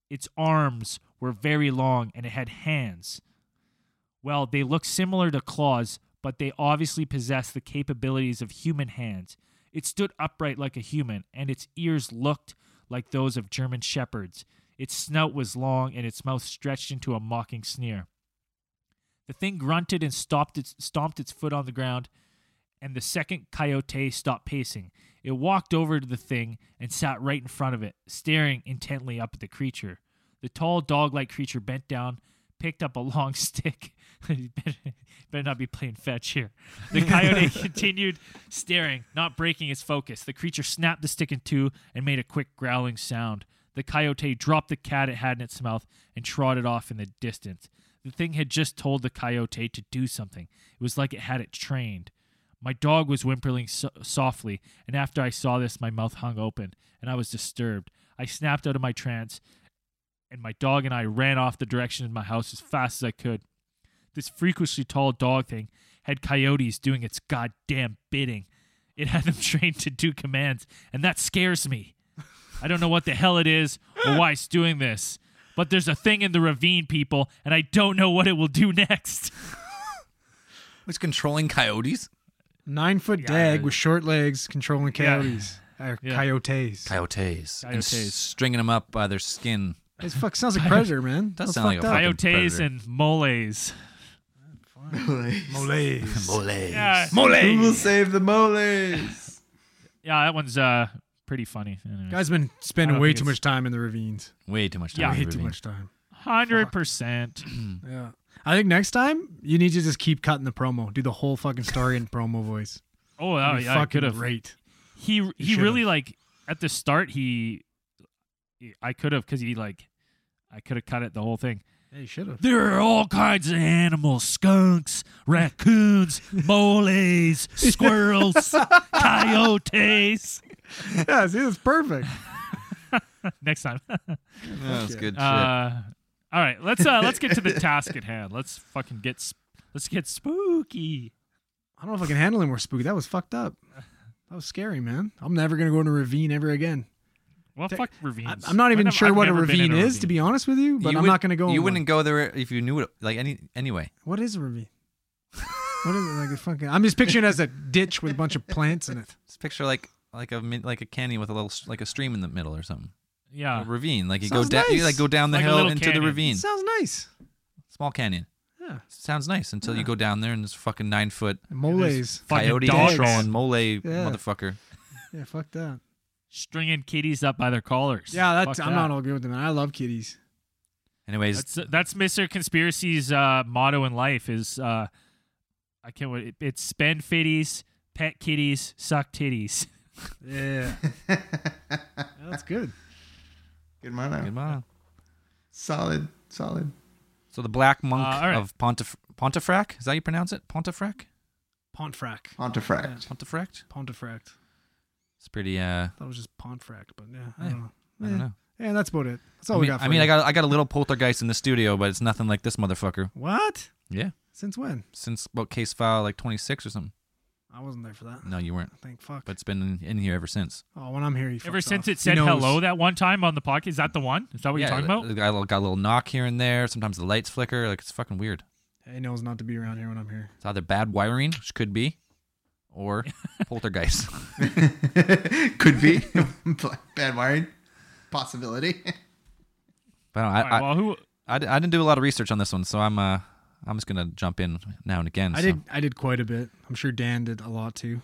S2: Its arms were very long, and it had hands. Well, they look similar to claws, but they obviously possess the capabilities of human hands. It stood upright like a human, and its ears looked like those of German shepherds. Its snout was long, and its mouth stretched into a mocking sneer. The thing grunted and stomped its, stomped its foot on the ground, and the second coyote stopped pacing. It walked over to the thing and sat right in front of it, staring intently up at the creature. The tall, dog like creature bent down, picked up a long stick. You better, better not be playing fetch here. The coyote continued staring, not breaking its focus. The creature snapped the stick in two and made a quick growling sound. The coyote dropped the cat it had in its mouth and trotted off in the distance. The thing had just told the coyote to do something. It was like it had it trained. My dog was whimpering so- softly, and after I saw this, my mouth hung open, and I was disturbed. I snapped out of my trance, and my dog and I ran off the direction of my house as fast as I could. This freakishly tall dog thing had coyotes doing its goddamn bidding. It had them trained to do commands, and that scares me. I don't know what the hell it is or why it's doing this, but there's a thing in the ravine, people, and I don't know what it will do next.
S5: It's controlling coyotes.
S3: Nine foot dag with short legs controlling coyotes. Or
S2: Yeah.
S3: coyotes.
S5: Coyotes. And
S2: Coyotes.
S5: stringing them up by their skin.
S3: It's fuck sounds like Predator, man.
S5: Does
S3: That's
S5: sound like a
S3: fucked up.
S5: fucking
S2: Coyotes
S5: predator.
S2: and moles.
S3: Molays.
S5: Moles.
S2: Yeah,
S4: Who will save the moles?
S2: yeah, that one's uh pretty funny. Anyway.
S3: Guy's been spending
S2: don't
S3: way
S2: think
S3: too
S2: it's-
S3: much time in the ravines.
S5: Way too much
S2: Yeah.
S5: time.
S3: Way
S5: for
S3: too
S5: me.
S3: much time.
S2: Hundred percent.
S3: Yeah. I think next time you need to just keep cutting the promo. Do the whole fucking story in promo voice.
S2: Oh, wow,
S3: It'd be
S2: yeah, I could
S3: fucking
S2: have.
S3: great.
S2: He he
S3: should've.
S2: really like at the start he, I could have because he like, I could have cut it the whole thing.
S3: Yeah, you should have.
S2: There are all kinds of animals: skunks, raccoons, moles, squirrels, coyotes.
S3: yeah, see, that's perfect.
S2: Next time.
S5: Yeah, that's good shit.
S2: Uh, all right, let's uh let's get to the task at hand. Let's fucking get sp- let's get spooky.
S3: I don't know if I can handle any more spooky. That was fucked up. That was scary, man. I'm never gonna go in a ravine ever again.
S2: Well,
S3: Te-
S2: fuck
S3: I,
S2: ravines.
S3: am not even
S2: I've-
S3: sure
S2: I've
S3: what a
S2: never been in
S3: ravine is, to be honest with you. But
S5: You
S3: I'm
S5: would-
S3: not gonna go.
S5: You
S3: in
S5: wouldn't
S3: one.
S5: go there if you knew it. Like any anyway.
S3: What is a ravine? what is it like? A fucking. I'm just picturing it as a ditch with a bunch of plants in it.
S5: Just picture like like a min- like a canyon with a little s- like a stream in the middle or something.
S2: Yeah.
S5: A ravine. Like you
S3: Uh, Sounds
S5: go down. You
S3: nice.
S5: like go down the
S2: Like a
S5: hill
S2: little
S5: into
S2: canyon.
S5: the ravine.
S3: Sounds nice.
S5: Small canyon.
S3: Yeah.
S5: Sounds nice until you go down there and this fucking nine foot
S3: Moles.
S2: Fucking
S5: coyote
S2: dogs.
S5: controlling mole motherfucker.
S3: Yeah, fuck that.
S2: Stringing kitties up by their collars.
S3: Yeah,
S2: Fuck
S3: that's. I'm
S2: that.
S3: not all good with them. I love kitties.
S5: Anyways,
S2: That's that's Mr. Conspiracy's uh, motto in life is uh, I can't wait. It, it's spend fitties, pet kitties, suck titties.
S3: Yeah, that's good.
S4: Good mono.
S5: good mile.
S4: Solid, solid.
S5: So the black monk
S2: Uh, all right.
S5: of Pontif- Pontefract. Is that how you pronounce it? Pontefract.
S3: Pontfract.
S4: Pontefract.
S5: Pontefract.
S3: Pontefract.
S5: It's pretty. Uh,
S3: That was just Pontfract, but yeah, I don't know.
S5: I don't
S3: Eh.
S5: know.
S3: Yeah, that's about it. That's all
S5: I
S3: we
S5: mean,
S3: got. For
S5: I, mean
S3: you.
S5: I got I got a little poltergeist in the studio, but it's nothing like this motherfucker.
S3: what?
S5: Yeah.
S3: Since when?
S5: Since about case file like 26 or something.
S3: I wasn't there for that.
S5: No, you weren't.
S3: Thank fuck.
S5: But it's been in, in here ever since.
S3: oh, when I'm here, he
S2: Ever
S3: fucks
S2: since
S3: off.
S2: it said
S3: He knows.
S2: hello that one time on the podcast, is that the one? Is that what
S5: yeah,
S2: you're talking about?
S5: I got a, little- got a little knock here and there. Sometimes the lights flicker. Like it's fucking weird.
S3: He knows not to be around here when I'm here.
S5: It's either bad wiring, which could be, or poltergeist.
S4: Could be. Bad wiring. Possibility.
S5: But I,
S2: All right,
S5: I,
S2: well, who
S5: I, di- I didn't do a lot of research on this one, so I'm uh I'm just gonna jump in now and again.
S3: I
S5: so.
S3: did. I did quite a bit. I'm sure Dan did a lot too.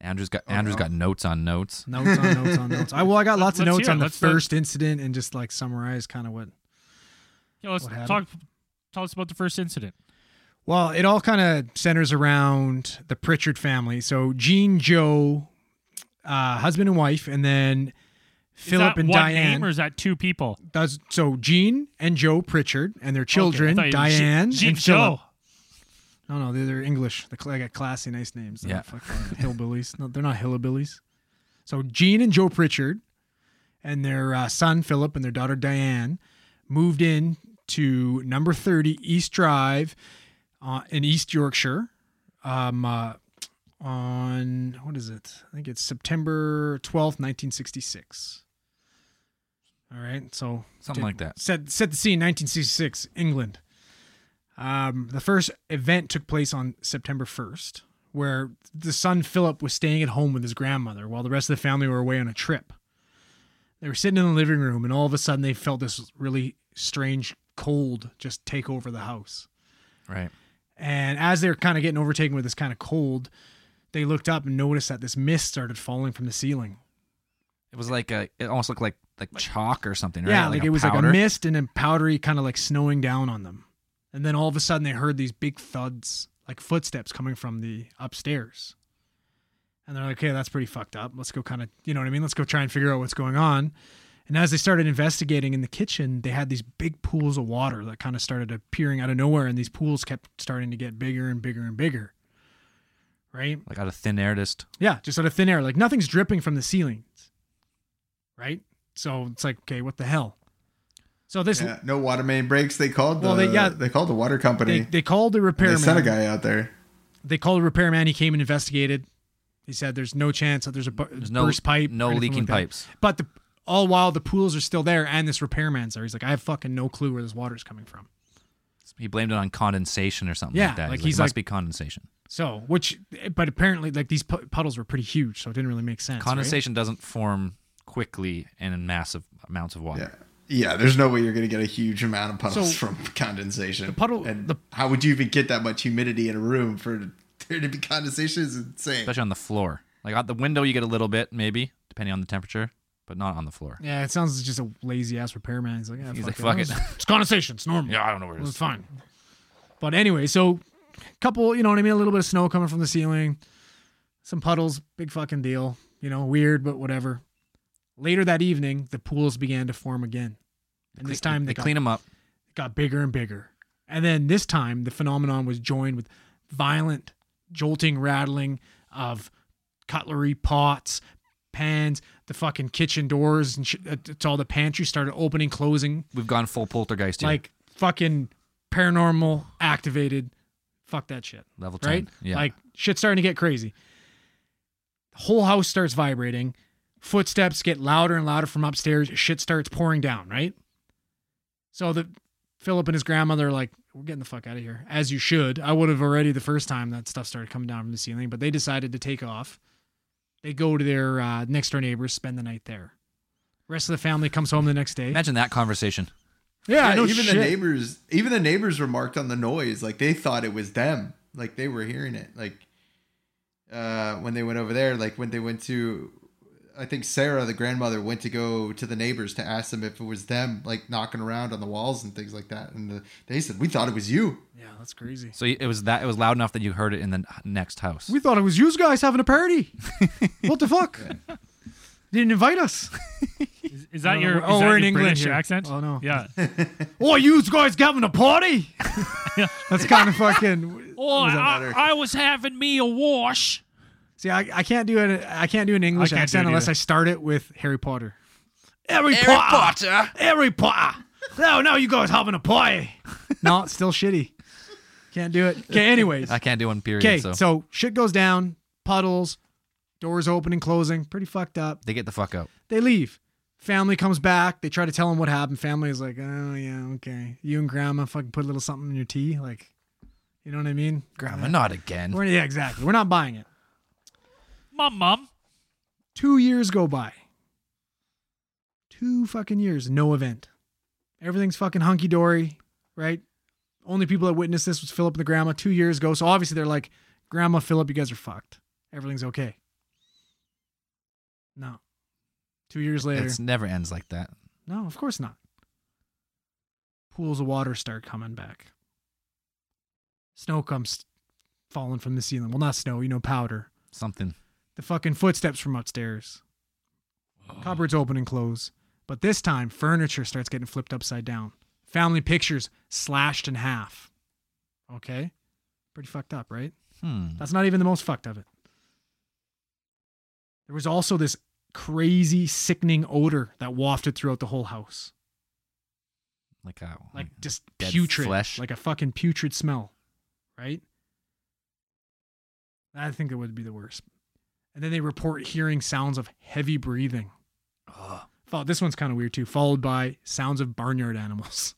S5: Andrew's got Andrew's
S4: no.
S5: got notes on notes.
S3: Notes on notes on notes. I well, I got lots of
S2: Let's
S3: notes
S2: hear it.
S3: on the
S2: Let's-
S3: first incident and just like summarize kind of what.
S2: yeah, let's
S3: What happened?
S2: talk. Tell us about the first incident.
S3: Well, it all kind of centers around the Pritchard family. So Gene, Joe, uh, husband and wife, and then
S2: is
S3: Philip
S2: that
S3: and
S2: one
S3: Diane.
S2: name or is that two people?
S3: Does so Gene and Joe Pritchard and their children,
S2: Okay, I thought you-
S3: Diane
S2: Gee- Gee-
S3: and Philip.
S2: Joe.
S3: No, no, they're, they're English. They cl- they got classy, nice names. They're
S5: Yeah.
S3: not fucking hillbillies. No, they're not hillbillies. So Gene and Joe Pritchard and their uh, son Philip and their daughter Diane moved in to number thirty East Drive uh, in East Yorkshire. Um, uh, on what is it? I think it's September twelfth, nineteen sixty-six. All right, so
S5: Something
S3: to
S5: like that.
S3: Set set the scene, 1966, England. Um, the first event took place on September 1st, where the son Philip was staying at home with his grandmother while the rest of the family were away on a trip. They were sitting in the living room, and all of a sudden they felt this really strange cold just take over the house.
S5: Right.
S3: And as they were kind of getting overtaken with this kind of cold, they looked up and noticed that this mist started falling from the ceiling.
S5: It was like a it almost looked like like chalk or something, right?
S3: Yeah, like,
S5: a
S3: it was like
S5: powder.
S3: a mist and then powdery, kind of like snowing down on them. And then all of a sudden, they heard these big thuds, like footsteps coming from the upstairs. And they're like, "Okay, that's pretty fucked up. Let's go, kind of, you know what I mean? Let's go try and figure out what's going on." And as they started investigating in the kitchen, they had these big pools of water that kind of started appearing out of nowhere, and these pools kept starting to get bigger and bigger and bigger. Right?
S5: Like out of thin air, just
S3: Yeah, just out of thin air. Like nothing's dripping from the ceilings. Right? So it's like, okay, what the hell? So this
S4: Yeah, no water main breaks. They called the
S3: Well, they- yeah.
S4: they called the water company.
S3: they,
S4: and
S3: they called the
S4: They, sent a
S3: repairman.
S4: guy out there.
S3: They called a repairman, he came and investigated. He said there's no chance that there's a bu-
S5: there's no
S3: burst pipe. or
S5: no
S3: anything
S5: leaking
S3: like that.
S5: pipes.
S3: But the all while the pools are still there and this repairman's there. He's like, I have fucking no clue where this water's coming from.
S5: He blamed it on condensation or something
S3: Yeah,
S5: like that.
S3: like
S5: He's
S3: he's
S5: it
S3: like-
S5: must be condensation.
S3: So which but apparently like these pu- puddles were pretty huge, so it didn't really make sense. right?
S5: Condensation doesn't form quickly and in massive amounts of water.
S4: Yeah. Yeah, there's no way you're going to get a huge amount of puddles
S3: So,
S4: from condensation. The
S3: puddle-
S4: and
S3: the-
S4: how would you even get that much humidity in a room for there to be condensation is insane.
S5: especially on the floor. Like out the window, you get a little bit, maybe depending on the temperature, but not on the floor.
S3: Yeah, it sounds just a lazy ass repairman. He's like, yeah,
S5: He's
S3: fuck
S5: like,
S3: it.
S5: fuck
S3: It's condensation. It's normal.
S5: Yeah, I don't know where
S3: It was
S5: this.
S3: fine. But anyway, so couple, you know what I mean? A little bit of snow coming from the ceiling, some puddles, big fucking deal. You know, weird, but whatever. Later that evening, the pools began to form again. And this time
S5: they
S3: got,
S5: clean them up.
S3: got bigger and bigger. And then this time, the phenomenon was joined with violent, jolting, rattling of cutlery, pots, pans, the fucking kitchen doors, and sh- it's all the pantry started opening, closing
S5: We've gone full poltergeist here.
S3: like fucking paranormal activated. Fuck that shit.
S5: level ten.
S3: Right?
S5: Yeah.
S3: Like shit's starting to get crazy. whole house starts vibrating. Footsteps get louder and louder from upstairs. Shit starts pouring down, right? So the Philip and his grandmother are like, we're getting the fuck out of here. As you should. I would have already the first time that stuff started coming down from the ceiling, but they decided to take off. They go to their uh, next door neighbors, spend the night there. Rest of the family comes home the next day.
S5: Imagine that conversation.
S3: yeah, no
S4: even
S3: shit.
S4: the neighbors, even the neighbors remarked on the noise. Like they thought it was them. Like they were hearing it. Like uh, when they went over there. Like when they went to, I think Sarah, the grandmother, went to go to the neighbors to ask them if it was them, like knocking around on the walls and things like that. And the, they said we thought it was you.
S3: Yeah, that's crazy.
S5: So it was that it was loud enough that you heard it in the next house.
S3: We thought it was you guys having a party. what the fuck? Didn't invite us.
S2: Is, is that
S3: Oh,
S2: your,
S3: we're-
S2: is that
S3: oh, we're
S2: your
S3: in England
S2: British
S3: here.
S2: accent?
S3: Oh, no.
S2: Yeah.
S3: Oh, you guys having a party? That's kind of fucking.
S2: oh,
S4: Doesn't matter.
S2: I, I was having me a wash.
S3: See, I, I can't do an I can't do an English
S2: I can't do
S3: accent
S2: it
S3: unless
S2: either.
S3: I start it with Harry Potter. Harry, Potter. Harry Potter. No, no, you guys having a party? no, it's still shitty. Can't do it. Okay, anyways.
S5: I can't do one period.
S3: Okay,
S5: so.
S3: so. shit goes down, puddles, doors open and closing, pretty fucked up.
S5: they get the fuck out.
S3: They leave. Family comes back. They try to tell them what happened. Family is like, oh yeah, okay. You and grandma fucking put a little something in your tea, like, you know what I mean?
S5: Grandma, not again.
S3: We're, yeah, exactly. We're not buying it.
S2: My mom.
S3: Two years go by. Two fucking years, no event. Everything's fucking hunky dory, right? Only people that witnessed this was Philip and the grandma two years ago. So obviously they're like, Grandma, Philip, you guys are fucked. Everything's okay. No. Two years later.
S5: It never ends like that.
S3: No, of course not. Pools of water start coming back. Snow comes falling from the ceiling. Well, not snow, you know, powder.
S5: Something.
S3: The fucking footsteps from upstairs. Cupboards open and close. But this time, furniture starts getting flipped upside down. Family pictures slashed in half. Okay? Pretty fucked up, right?
S5: Hmm.
S3: That's not even the most fucked of it. There was also this crazy, sickening odor that wafted throughout the whole house
S5: Like uh, a
S3: like just
S5: Dead
S3: putrid,
S5: flesh.
S3: like a fucking putrid smell, right? I think that would be the worst. And then they report hearing sounds of heavy breathing. Fol- This one's kind of weird too, followed by sounds of barnyard animals.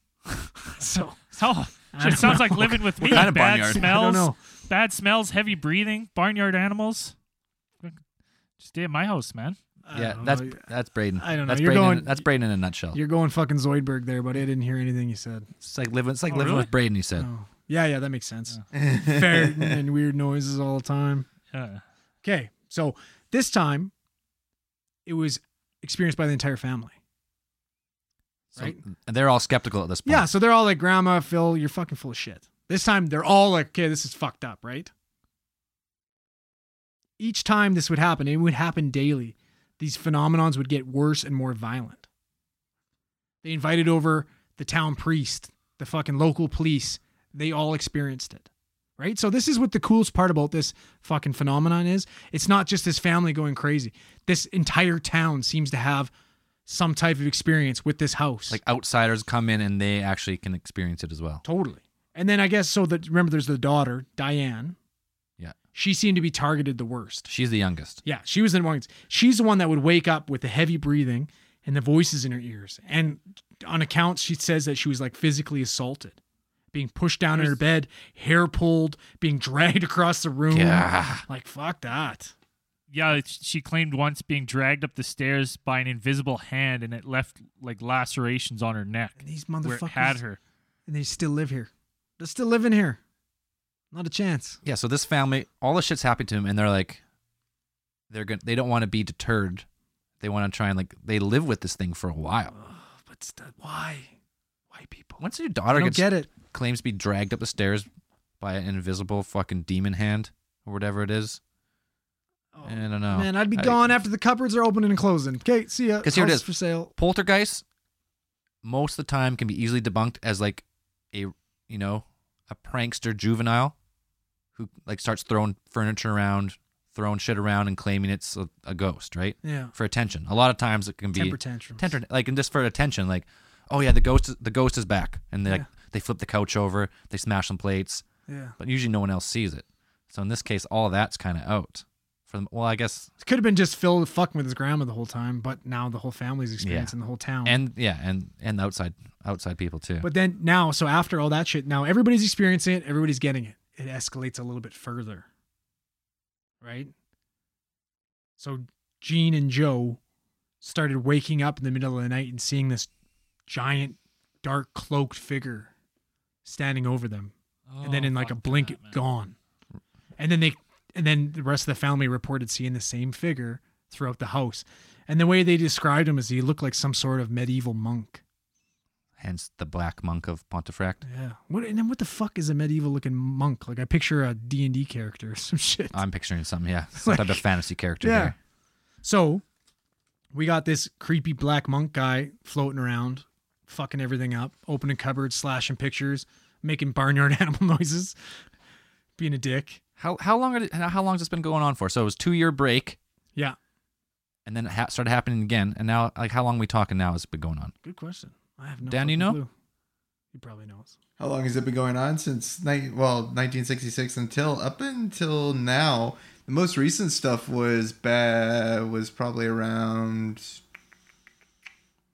S3: so
S2: Oh,
S3: I
S2: it
S3: don't
S2: sounds like
S3: know.
S2: living with me.
S5: kind of
S2: bad
S5: barnyard? I don't
S2: smells.
S3: I don't know.
S2: Bad smells. Heavy breathing. Barnyard animals. Just stay at my house, man.
S3: I
S5: yeah,
S3: don't
S5: that's
S3: know.
S5: that's Braden.
S3: I don't know.
S5: That's
S3: You're
S5: Braden. in-
S3: going-
S5: that's Braden in a nutshell.
S3: you're going fucking Zoidberg there, but I didn't hear anything you said.
S5: It's like living. It's like
S2: Oh,
S5: living
S2: really?
S5: with Braden. He said.
S3: No. Yeah, yeah, that makes sense. Ferret and weird noises all the time.
S2: Uh,
S3: Okay. So this time it was experienced by the entire family.
S5: So
S3: Right?
S5: They're all skeptical at this point.
S3: Yeah. So they're all like, Grandma, Phil, you're fucking full of shit. This time they're all like, okay, this is fucked up, right? Each time this would happen, it would happen daily. These phenomenons would get worse and more violent. They invited over the town priest, the fucking local police. They all experienced it. Right? So this is what the coolest part about this fucking phenomenon is. It's not just this family going crazy. This entire town seems to have some type of experience with this house.
S5: Like outsiders come in and they actually can experience it as well.
S3: Totally. And then I guess so that remember there's the daughter, Diane.
S5: Yeah.
S3: She seemed to be targeted the worst.
S5: She's the youngest.
S3: Yeah, she was the one. She's the one that would wake up with the heavy breathing and the voices in her ears. And on accounts, she says that she was like physically assaulted, being pushed down in her bed, hair pulled, being dragged across the room.
S5: Yeah.
S3: Like fuck that.
S2: yeah, sh- she claimed once being dragged up the stairs by an invisible hand, and it left like lacerations on her neck.
S3: And these
S2: Where it
S3: motherfuckers
S2: had her.
S3: And they still live here. They're still living here. Not a chance.
S5: Yeah. So this family, all the shit's happening to them, and they're like, they're gonna. They don't want to be deterred. They want to try and like they live with this thing for a while.
S3: Oh. But st- why? Why people?
S5: Once your
S3: I
S5: daughter
S3: don't
S5: gets
S3: get it.
S5: claims to be dragged up the stairs by an invisible fucking demon hand or whatever it is. I don't know.
S3: Oh, Man, I'd be
S5: Oh, I-
S3: gone after the cupboards are opening and closing. Okay, see ya.
S5: 'Cause here it
S3: House
S5: is.
S3: for sale.
S5: poltergeists most of the time can be easily debunked as like a you know a prankster juvenile who like starts throwing furniture around throwing shit around and claiming it's a, a ghost right
S3: Yeah.
S5: for attention a lot of times it can be
S3: Temper tantrums.
S5: tantrum, like and just for attention like oh yeah the ghost is, the ghost is back and they like
S3: Yeah.
S5: they flip the couch over they smash some plates
S3: Yeah.
S5: but usually no one else sees it so in this case all of that's kind of out For the, well, I guess
S3: It could have been just Phil fucking with his grandma the whole time, but now the whole family's experiencing the whole town.
S5: and yeah, and and outside outside people too.
S3: Oh. but then now, so after all that shit, now everybody's experiencing it, everybody's getting it. It escalates a little bit further. Right? So Gene and Joe started waking up in the middle of the night and seeing this giant, dark cloaked figure standing over them. and then in like a blink, it gone. And then they, and then the rest of the family reported seeing the same figure throughout the house. And the way they described him is he looked like some sort of medieval monk.
S5: Hence the black monk of Pontefract.
S3: Yeah. What and then what the fuck is a medieval looking monk? Like I picture a D and D character or some shit.
S5: I'm picturing something, yeah, some type of fantasy character.
S3: yeah.
S5: There.
S3: So we got this creepy black monk guy floating around, fucking everything up, opening cupboards, slashing pictures, making barnyard animal noises, being a dick.
S5: How how long are, how long has this been going on for? So it was two year break,
S3: Yeah.
S5: and then it ha- started happening again, and now like how long we talking now has it been going on?
S3: Good question. I have no.
S5: Dan, you
S3: fucking
S5: know?
S3: Clue. He probably knows.
S4: How long has it been going on since night? Well, 1966 until up until now. The most recent stuff was ba- was probably around.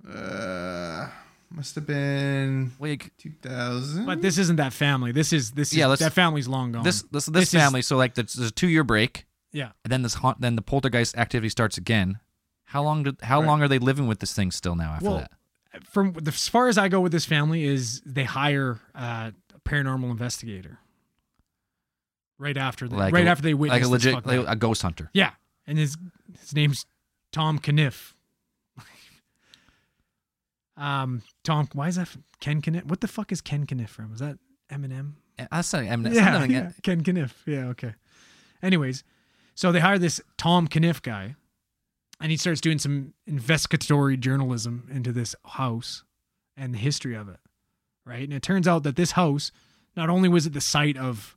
S4: Uh, must have been
S5: Like
S4: 2000.
S3: But this isn't that family. This is this. Is,
S5: Yeah, let's-
S3: that family's long gone.
S5: this this this,
S3: um, This is-
S5: family. so like there's, there's a two year break,
S3: yeah.
S5: and then this haunt, then the poltergeist activity starts again. How long did how long are they living with this thing still now after
S3: Well,
S5: that?
S3: From the, as far as I go with this family is they hire uh, a paranormal investigator. Right after they, right
S5: a-
S3: after they witness
S5: like a
S3: this
S5: legit
S3: fuck
S5: like
S3: up.
S5: a ghost hunter.
S3: yeah, and his his name's Tom Kniff. um, Tom, why is that from- Ken Kniff? What the fuck is Ken Kniff from? Is that Eminem?
S5: That's not, I mean, that's
S3: yeah,
S5: not-
S3: yeah. Ken Kniff. Yeah, okay. Anyways, so they hire this Tom Kniff guy, and he starts doing some investigatory journalism into this house and the history of it, right? And it turns out that this house, not only was it the site of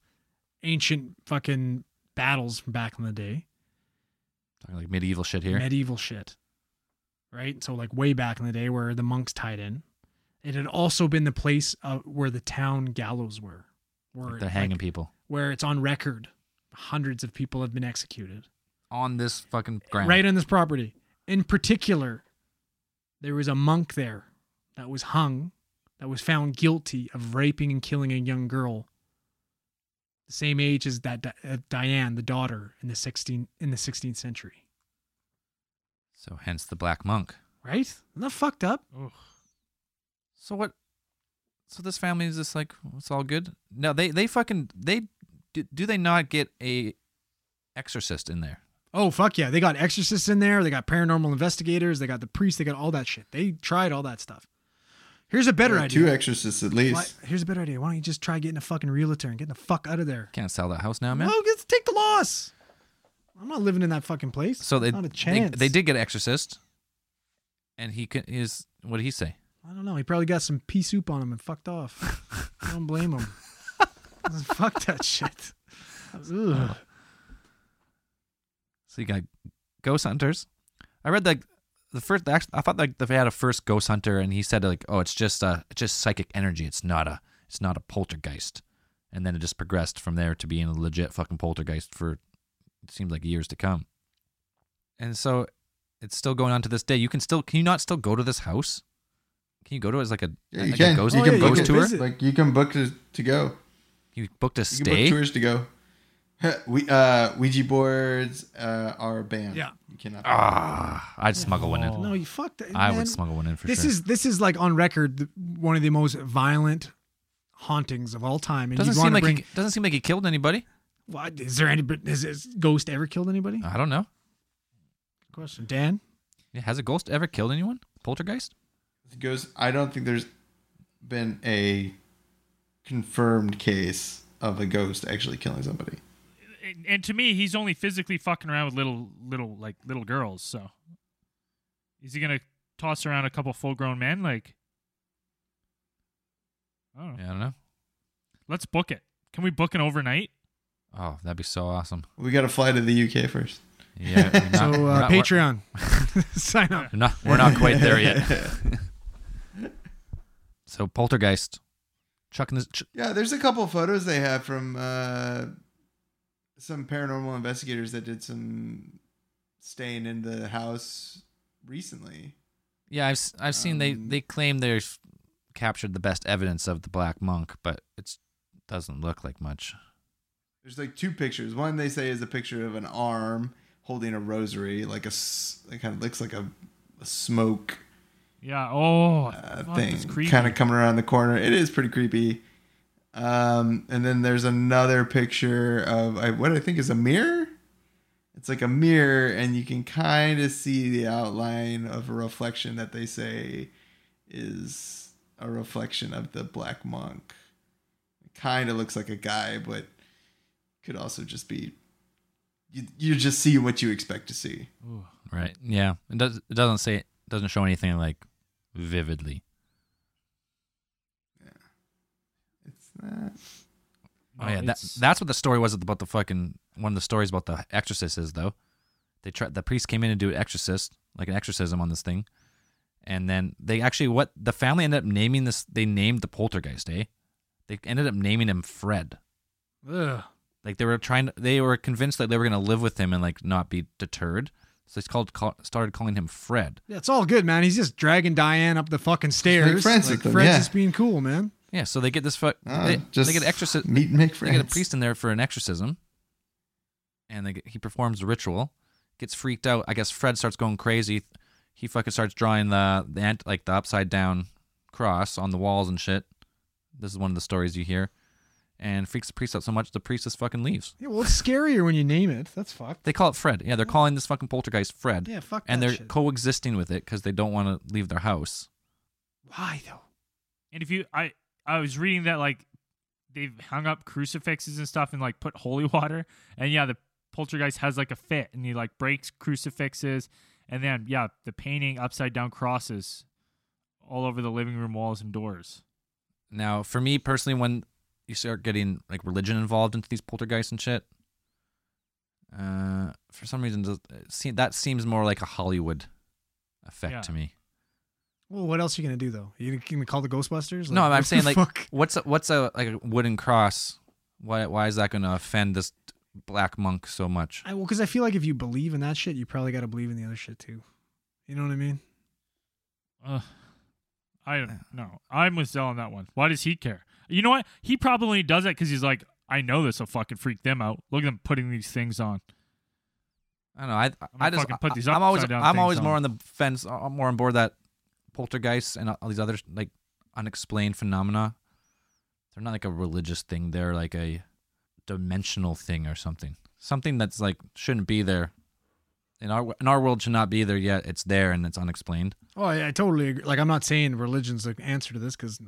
S3: ancient fucking battles from back in the day,
S5: talking like medieval shit here.
S3: medieval shit, right? So like way back in the day where the monks tied in, it had also been the place uh, where the town gallows were, where
S5: Like they're
S3: like,
S5: hanging people
S3: where it's on record hundreds of people have been executed
S5: on this fucking ground.
S3: right on this property. In particular, there was a monk there that was hung, that was found guilty of raping and killing a young girl, the same age as that Di- uh, Diane, the daughter in the 16 in the 16th century.
S5: So hence the black monk.
S3: Right? Isn't that fucked up?
S5: So what? So this family is just like it's all good. No, they they fucking they do, do they not get a exorcist in there?
S3: Oh fuck yeah! They got exorcists in there. They got paranormal investigators. They got the priest. They got all that shit. They tried all that stuff. Here's a better
S4: There were
S3: idea.
S4: Two exorcists at least.
S3: Why- here's a better idea. Why don't you just try getting a fucking realtor and getting the fuck out of there?
S5: Can't sell that house now, man.
S3: No, just take the loss. I'm not living in that fucking place.
S5: So they
S3: not a
S5: they-
S3: chance.
S5: They, did get an exorcist, and he could is what did he say?
S3: I don't know. He probably got some pea soup on him and fucked off. I don't blame him. fuck that shit.
S5: Uh,
S3: Ugh.
S5: So you got ghost hunters. I read like the first. the act- I thought like they had a first ghost hunter, and he said like, "Oh, it's just uh, it's just psychic energy. It's not a, it's not a poltergeist." And then it just progressed from there to being a legit fucking poltergeist for, it seemed like years to come. And so, it's still going on to this day. You can still, can you not still go to this house? Can you go to it as like a,
S4: Yeah,
S5: like
S4: you
S5: a
S4: can.
S5: ghost,
S3: Oh,
S5: you can
S3: yeah, you
S5: ghost
S3: can
S5: tour?
S3: visit.
S4: Like you can book to, to go.
S5: You booked a
S4: You
S5: stay.
S4: can book tours to go. we uh Ouija boards uh, are banned.
S3: Yeah.
S4: you cannot.
S5: Ah, I'd smuggle one in.
S3: No, you fucked that.
S5: I
S3: man.
S5: would smuggle one in for
S3: this
S5: sure.
S3: is this is like on record the- one of the most violent hauntings of all time. And
S5: doesn't
S3: you'd
S5: seem
S3: want
S5: like
S3: to bring.
S5: he, doesn't seem like he killed anybody.
S3: What is there any? Has this ghost ever killed anybody?
S5: I don't know.
S3: Question, Dan.
S5: Yeah, has a ghost ever killed anyone? Poltergeist?
S4: It goes. I don't think there's been a confirmed case of a ghost actually killing somebody.
S2: And, and to me, he's only physically fucking around with little, little, like little girls. So, is he gonna toss around a couple full-grown men? Like, I don't know.
S5: Yeah, I don't know.
S2: Let's book it. Can we book an overnight?
S5: Oh, that'd be so awesome.
S4: We got to fly to the UK first.
S5: Yeah. we're not-
S3: so
S5: we're
S3: uh,
S5: not-
S3: Patreon, sign up.
S5: We're not, we're not quite there yet. So poltergeist, chucking this. Ch-
S4: yeah, there's a couple photos they have from uh, some paranormal investigators that did some staying in the house recently.
S5: Yeah, I've s- I've seen they
S4: Um,
S5: they claim they've captured the best evidence of the black monk, but it doesn't look like much.
S4: There's like two pictures. One they say is a picture of an arm holding a rosary, like a s- it kind of looks like a, a smoke
S2: Yeah. Oh,
S4: uh,
S2: fuck,
S4: thing
S2: that's creepy.
S4: kind of coming around the corner. It is pretty creepy. Um, and then there's another picture of I, what I think is a mirror. It's like a mirror, and you can kind of see the outline of a reflection that they say is a reflection of the black monk. It kind of looks like a guy, but could also just be you, you just see what you expect to see.
S2: Ooh.
S5: Right. Yeah. It does it doesn't say it doesn't show anything like vividly.
S4: It's not
S5: Oh
S2: No,
S5: yeah, that,
S2: it's-
S5: that's what the story was about the fucking one of the stories about the exorcist is though. They tried the priest came in to do an exorcist, like an exorcism on this thing. And then they actually what the family ended up naming this they named the poltergeist, eh? They ended up naming him Fred.
S3: Ugh.
S5: Like they were trying to, they were convinced that they were going to live with him and like not be deterred. So they called call, started calling him Fred.
S3: Yeah, it's all good, man. He's just dragging Diane up the fucking stairs.
S4: Francis
S3: like,
S4: then,
S3: Francis
S4: yeah.
S3: is being cool, man.
S5: Yeah, so they get this fuck
S4: uh,
S5: they,
S4: just
S5: they get an exorcist
S4: Meet and make
S5: they
S4: friends.
S5: get a priest in there for an exorcism, and they get, he performs the ritual, gets freaked out. I guess Fred starts going crazy. He fucking starts drawing the the ant, like the upside down cross on the walls and shit. This is one of the stories you hear, and freaks the priest out so much the priest just fucking leaves.
S3: Yeah, well, it's scarier when you name it. That's fucked.
S5: They call it Fred. Yeah, they're calling this fucking poltergeist Fred.
S3: Yeah, fuck
S5: and
S3: that
S5: they're
S3: shit.
S5: coexisting with it because they don't want to leave their house.
S3: Why though?
S2: And if you, I, I was reading that like they've hung up crucifixes and stuff and like put holy water. And yeah, the poltergeist has like a fit and he like breaks crucifixes. And then yeah, the painting upside down crosses all over the living room walls and doors.
S5: Now, for me personally, when you start getting like religion involved into these poltergeists and shit, uh, for some reason, does- it seem- that seems more like a Hollywood effect
S2: Yeah.
S5: to me.
S3: Well, what else are you gonna do though? you gonna call the Ghostbusters?
S5: no, I'm
S3: what
S5: saying
S3: the
S5: like,
S3: fuck?
S5: what's a, what's a like a wooden cross? Why why is that going to offend this black monk so much?
S3: I, well, because I feel like if you believe in that shit, you probably got to believe in the other shit too. You know what I mean?
S2: Ugh. I don't know. I'm with Zell on that one. Why does he care? You know what? He probably does that because he's like, I know this will fucking freak them out. Look at them putting these things on.
S5: I don't know. I
S2: gonna
S5: I just
S2: fucking put these
S5: I, am always
S2: upside down
S5: I'm always
S2: things
S5: more on
S2: on.
S5: the fence. I'm more on board that poltergeists and all these other like unexplained phenomena. They're not like a religious thing. They're like a dimensional thing or something. Something that's like shouldn't be there. In our in our world should not be there yet. It's there and it's unexplained.
S3: Oh, I, I totally agree. Like, I'm not saying religion's the answer to this because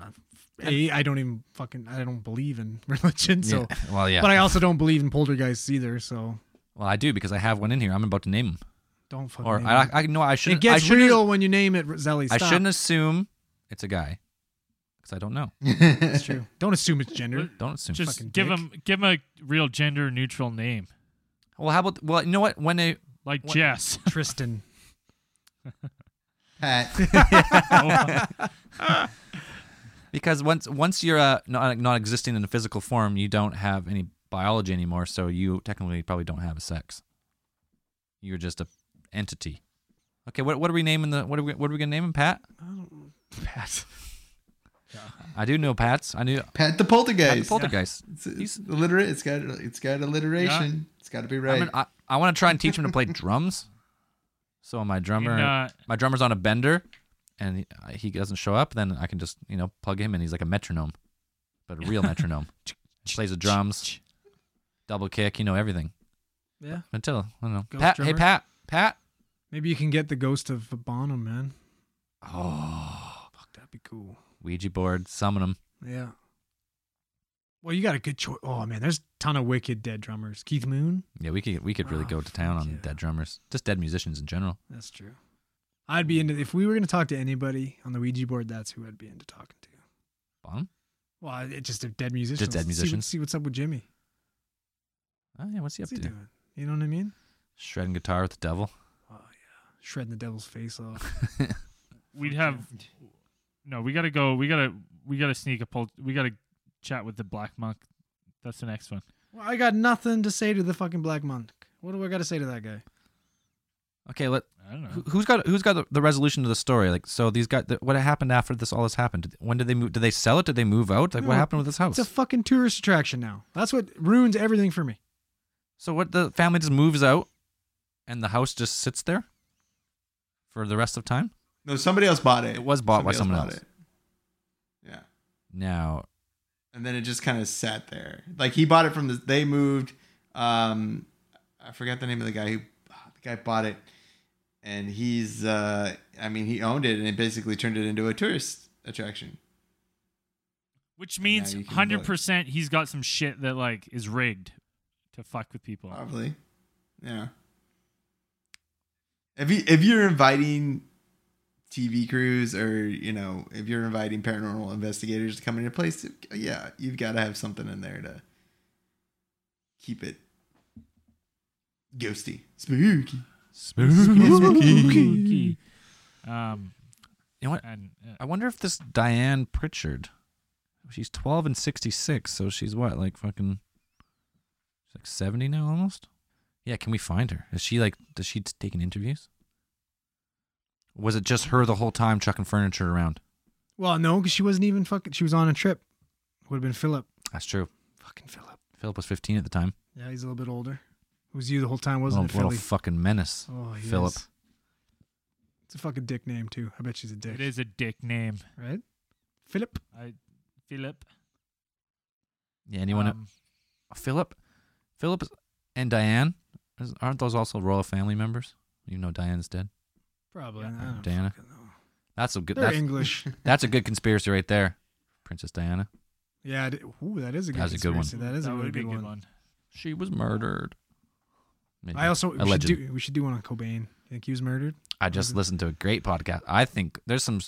S3: a I don't even fucking I don't believe in religion. So,
S5: Yeah. well, yeah.
S3: but I also don't believe in poltergeists either. So
S5: well, I do because I have one in here. I'm about to name him.
S3: don't fucking.
S5: Or
S3: name
S5: I
S3: it.
S5: I no I shouldn't.
S3: it gets
S5: I shouldn't,
S3: real when you name it, Zelly.
S5: I
S3: stop.
S5: shouldn't assume it's a guy because I don't know.
S3: It's true. Don't assume it's gender.
S5: Don't assume.
S2: Just
S3: fucking
S2: give
S3: dick.
S2: him, give him a real gender neutral name
S5: well, how about well? You know what? When they
S2: like
S5: What-
S2: Jess.
S3: Tristan.
S4: Pat.
S2: Oh,
S5: Because once once you're uh, not not existing in a physical form, you don't have any biology anymore. So you technically probably don't have a sex. You're just a entity. Okay, what what are we naming the what are we what are we gonna name him? Pat?
S3: I don't, Pat.
S5: I do know Pat's. I knew
S4: Pat the
S5: Pat the
S4: Poltergeist.
S5: Poltergeist.
S4: It's, it's alliterate. It's got it's got alliteration. It's got to be
S5: I'm
S4: right.
S5: an- I, I want to try and teach him to play drums. So my drummer
S2: And, uh,
S5: my drummer's on a bender, and he, uh, he doesn't show up. Then I can just you know plug him in. He's like a metronome, but a real metronome. Plays the drums, double kick, you know everything.
S3: Yeah.
S5: Until I don't know.
S3: Ghost
S5: Pat, hey
S3: drummer?
S5: Pat, Pat.
S3: Maybe you can get the ghost of Bonham, man.
S5: Oh,
S3: Fuck, that'd be cool.
S5: Ouija board, summon him.
S3: Yeah. Well, you got a good choice. Oh man, there's a ton of wicked dead drummers. Keith Moon.
S5: Yeah, we could we could really
S3: Oh,
S5: go to town
S3: fuck
S5: on
S3: yeah.
S5: dead drummers, just dead musicians in general.
S3: That's true. I'd be into if we were going to talk to anybody on the Ouija board. That's who I'd be into talking to.
S5: Bon.
S3: Well, it just a dead musician.
S5: dead musicians.
S3: See, what's up with Jimmy.
S5: Oh yeah, what's he up
S3: What's he
S5: to?
S3: doing? You know what I mean?
S5: Shredding guitar with the devil.
S3: Oh yeah, shredding the devil's face off.
S2: we'd have no. We gotta go. We gotta. We gotta sneak a poll. We gotta chat with the black monk. That's the next one.
S3: Well, I got nothing to say to the fucking Black Monk. What do I got to say to that guy?
S5: Okay, let
S2: I don't know.
S5: who- who's got who's got the, the resolution to the story? Like, so these guys, the, what happened after this all this happened? Did- When did they move? Did they sell it? Did they move out? Like,
S3: No,
S5: what happened with this house?
S3: It's a fucking tourist attraction now. That's what ruins everything for me.
S5: so what? The family just moves out, and the house just sits there for the rest of time.
S4: No, somebody else bought it.
S5: It was bought by someone else.
S4: It. Yeah.
S5: Now,
S4: and then it just kind of sat there. Like he bought it from the. They moved. Um, I forgot the name of the guy who ah, the guy bought it, and he's. Uh, I mean, he owned it and it basically turned it into a tourist attraction.
S2: Which means
S4: now you can
S2: hundred percent he's got some shit that like is rigged to fuck with people.
S3: Uh,
S4: Probably, yeah. If you if you're inviting TV crews or you know if you're inviting paranormal investigators to come into your place, yeah, you've got to have something in there to keep it ghosty, spooky.
S2: Spooky. Um,
S5: You know what?
S2: and uh,
S5: I wonder if this Diane Pritchard, she's 12 and 66, so she's what, like fucking, she's like 70 now almost? Yeah, can we find her? Is she like, does she t- taking interviews? Was it just her the whole time chucking furniture around?
S3: Well, no, because she wasn't even fucking. She was on a trip. Would have been Philip.
S5: That's true.
S3: Fucking Philip.
S5: Philip was 15 at the time.
S3: Yeah, he's a little bit older. It was you the whole time,
S5: Little,
S3: wasn't
S5: Oh, little
S3: it, Philly?
S5: fucking menace.
S3: oh, he
S5: Philip.
S3: is. It's a fucking dick name too. I bet she's a dick.
S2: it is a dick name.
S3: right? Philip.
S2: I Philip.
S5: Yeah, anyone?
S2: Um,
S5: Philip? Philip and Diane? Is- Aren't those also royal family members? You know Diane's dead.
S3: Probably.
S2: Yeah.
S3: I don't
S5: Diana.
S3: fucking know.
S5: That's a good.
S3: They're
S5: That's,
S3: English.
S5: that's a good conspiracy right there, Princess Diana.
S3: yeah. it- Ooh, that is a good.
S5: That's a good one.
S3: conspiracy. That is
S2: that
S3: a really
S2: would be
S3: good one.
S5: She was murdered. Maybe.
S3: I also we should,
S5: Allegedly.
S3: do, we should do one on Cobain. You think he was murdered?
S5: I just listened to a great podcast. I think there's some.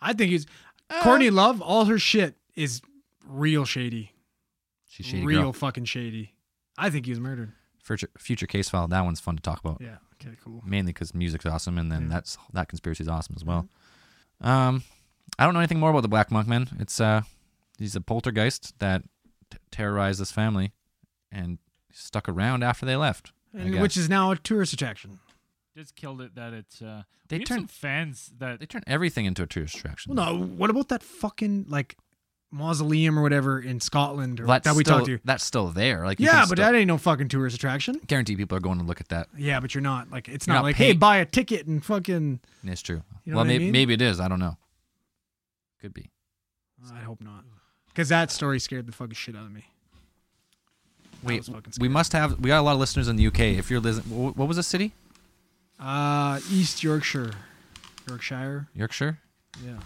S3: I think he's
S5: Uh,
S3: Courtney Love. All her shit is real shady,
S5: She's shady
S3: real
S5: girl.
S3: fucking shady. I think he was murdered.
S5: Future, future case file. That one's fun to talk about,
S3: Yeah. Okay. Cool.
S5: mainly because music's awesome, and then
S3: Yeah.
S5: that's that conspiracy is awesome as well. Um, I don't know anything more about the Black Monk Man. It's uh, he's a poltergeist that t- terrorized this family, and stuck around after they left. I
S3: And,
S5: guess.
S3: which is now a tourist attraction.
S2: Just killed it that it's. Uh,
S5: They
S2: we have
S5: turn-
S2: some fans that
S5: they turn everything into a tourist attraction.
S3: Well, no. What about that fucking like mausoleum or whatever in Scotland or,
S5: that's
S3: that we
S5: still,
S3: talked to?
S5: That's still there. Like you
S3: Yeah,
S5: can
S3: but
S5: still-
S3: that ain't no fucking tourist attraction.
S5: guarantee people are going to look at that.
S3: Yeah, but you're not like it's
S5: You're
S3: not,
S5: not
S3: like hey,
S5: paying-
S3: buy a ticket and fucking.
S5: And It's true.
S3: You know
S5: well,
S3: what I
S5: maybe
S3: mean?
S5: maybe it is. I don't know. Could be.
S3: I hope not, because that story scared the fucking shit out of me.
S5: Wait,
S3: was fucking
S5: we
S3: scary.
S5: must have. We got a lot of listeners in the UK. If you're listening, what was the city?
S3: Uh, East Yorkshire, Yorkshire.
S5: Yorkshire.
S3: Yeah,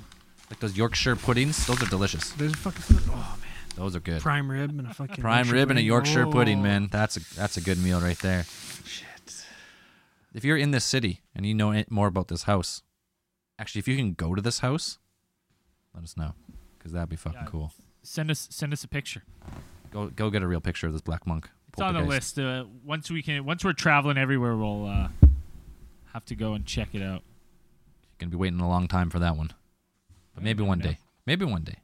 S5: Like those Yorkshire puddings. Those are delicious.
S3: there's a fucking oh man,
S5: Those are good.
S3: prime rib and a fucking
S5: Prime
S3: Yorkshire
S5: rib and a
S3: pudding.
S5: Yorkshire pudding,
S3: Oh.
S5: man. That's a that's a good meal right there. Shit. If you're in this city and you know it- more about this house, actually, if you can go to this house, let us know, because that'd be fucking
S2: Yeah.
S5: cool.
S2: send us send us a picture.
S5: Go go get a real picture of this black monk.
S2: It's on the
S5: poltergeist.
S2: list. Uh, once we can, once we're traveling everywhere, we'll uh, have to go and check it out.
S5: Gonna be waiting a long time for that one, but maybe one day. Maybe one day.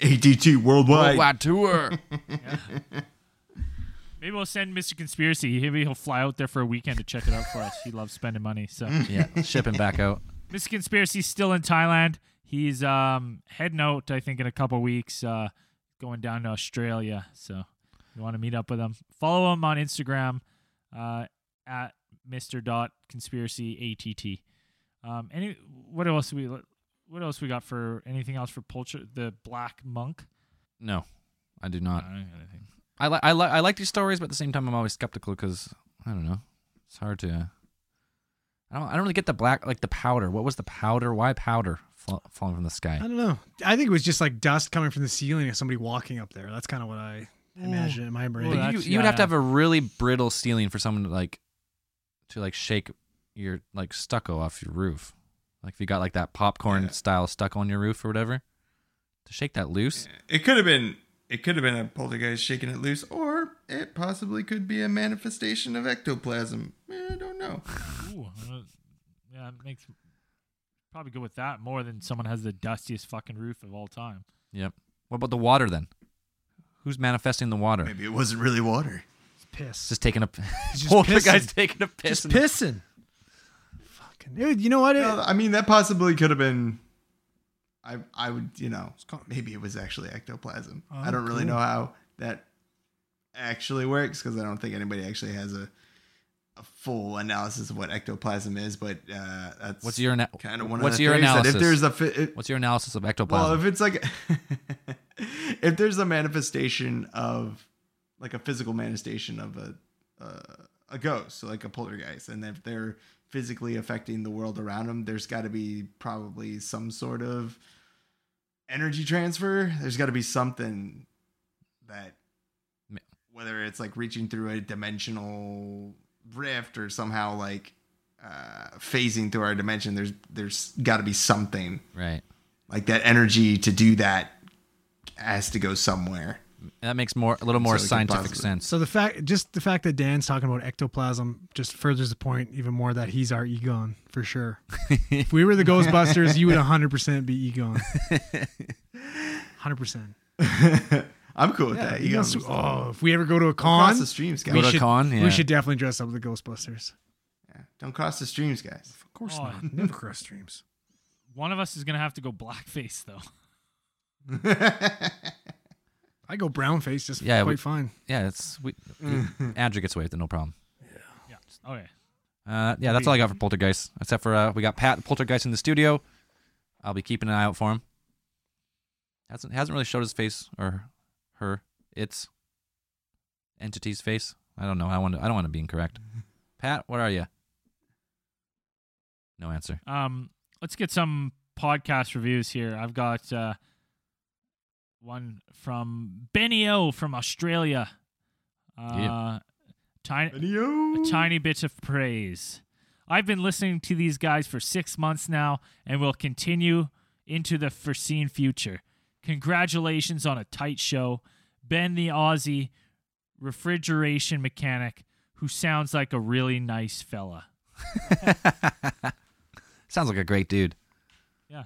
S4: ATT worldwide.
S5: Worldwide tour.
S2: Maybe we'll send Mr. Conspiracy. Maybe he'll fly out there for a weekend to check it out for us. He loves spending money. So
S5: yeah, shipping back out.
S2: Mr. Conspiracy's still in Thailand. He's um, heading out, I think, in a couple weeks, uh, going down to Australia. So you want to meet up with him. Follow him on Instagram uh, at Mr. Dot Conspiracy ATT. Um, any what else we what else we got for anything else for Pulcher the Black Monk?
S5: No, I do not.
S2: I don't got anything.
S5: I like I like I like these stories, but at the same time, I'm always skeptical because I don't know. It's hard to. I don't. I don't really get the black like the powder. What was the powder? Why powder fl- falling from the
S3: Oh, I
S5: sky?
S3: don't know. I think it was just like dust coming from the ceiling and somebody walking up there. That's kind of what I imagine in my brain.
S2: Ooh,
S5: But you
S2: that's-
S5: you would
S2: yeah,
S5: have to
S2: yeah.
S5: have a really brittle ceiling for someone to like, to like shake your like stucco off your roof. Like if you got like that popcorn
S4: Yeah.
S5: style stucco on your roof or whatever, to shake that loose.
S4: It could have been. It could have been a poltergeist shaking it loose, or it possibly could be a manifestation of ectoplasm. Eh, I don't know.
S2: Ooh, uh, yeah, it makes probably go with that more than someone has the dustiest fucking roof of all time.
S5: Yep. What about the water then? Who's manifesting the water?
S4: Maybe it wasn't really water.
S3: Piss.
S5: Just taking a.
S3: just
S5: Oh, the guy's
S3: pissing.
S5: taking a piss.
S3: Just
S5: in the-
S3: pissing. Fucking dude, you know what? It,
S4: Well, I mean, that possibly could have been. I I would you know
S3: con-
S4: maybe it was actually ectoplasm.
S3: Oh,
S4: I don't really
S3: cool.
S4: know how that actually works because I don't think anybody actually has a a full analysis of what ectoplasm is. but uh that's
S5: What's your ana-
S4: kind of one
S5: what's
S4: of the
S5: your
S4: things that
S5: analysis?
S4: if there's a fi- it,
S5: What's your analysis of ectoplasm?
S4: well if it's like if there's a manifestation of like a physical manifestation of a uh, a ghost so like a poltergeist and if they're physically affecting the world around them there's got to be probably some sort of energy transfer there's got to be something that
S5: Ma-
S4: whether it's like reaching through a dimensional rift or somehow like uh phasing through our dimension there's there's got to be something
S5: right.
S4: like that energy to do that has to go somewhere.
S5: That makes more a little more
S4: So we can
S5: scientific
S4: possibly-
S5: sense.
S3: so the fact, just the fact that Dan's talking about ectoplasm, just furthers the point even more that he's our Egon for sure. if we were the Ghostbusters, you would 100% be Egon. 100%.
S4: I'm cool with
S5: Uh,
S3: Yeah,
S4: that. You
S3: Egon's-
S4: know,
S3: oh, if we ever go to a con,
S4: cross the streams,
S5: Go
S4: guys.
S5: to
S3: should-
S5: con. Yeah.
S3: we should definitely dress up with the Ghostbusters.
S4: Yeah. Don't cross the streams, guys.
S3: Of course
S2: Oh,
S3: not. Never cross streams.
S2: One of us is gonna have to go blackface though.
S3: I go brown face, just
S5: Yeah,
S3: quite
S5: we-
S3: fine.
S5: yeah. It's we. Andrew gets away with it, no problem.
S2: Yeah. Okay.
S5: Uh, yeah, that's all I got for Poltergeist. Except for uh, we got Pat the Poltergeist in the studio. I'll be keeping an eye out for him. hasn't hasn't really showed his face or her its entity's face. I don't know. I want to, I don't want to be incorrect. Pat, where are you? No answer.
S2: Um, let's get some podcast reviews here. I've got uh, one from Benny O from Australia. Uh,
S5: Yeah.
S2: Tiny,
S4: Yo.
S2: a tiny bit of praise. I've been listening to these guys for six months now and will continue into the foreseen future. Congratulations on a tight show. Ben the Aussie refrigeration mechanic who sounds like a really nice fella.
S5: Sounds like a great dude.
S2: Yeah.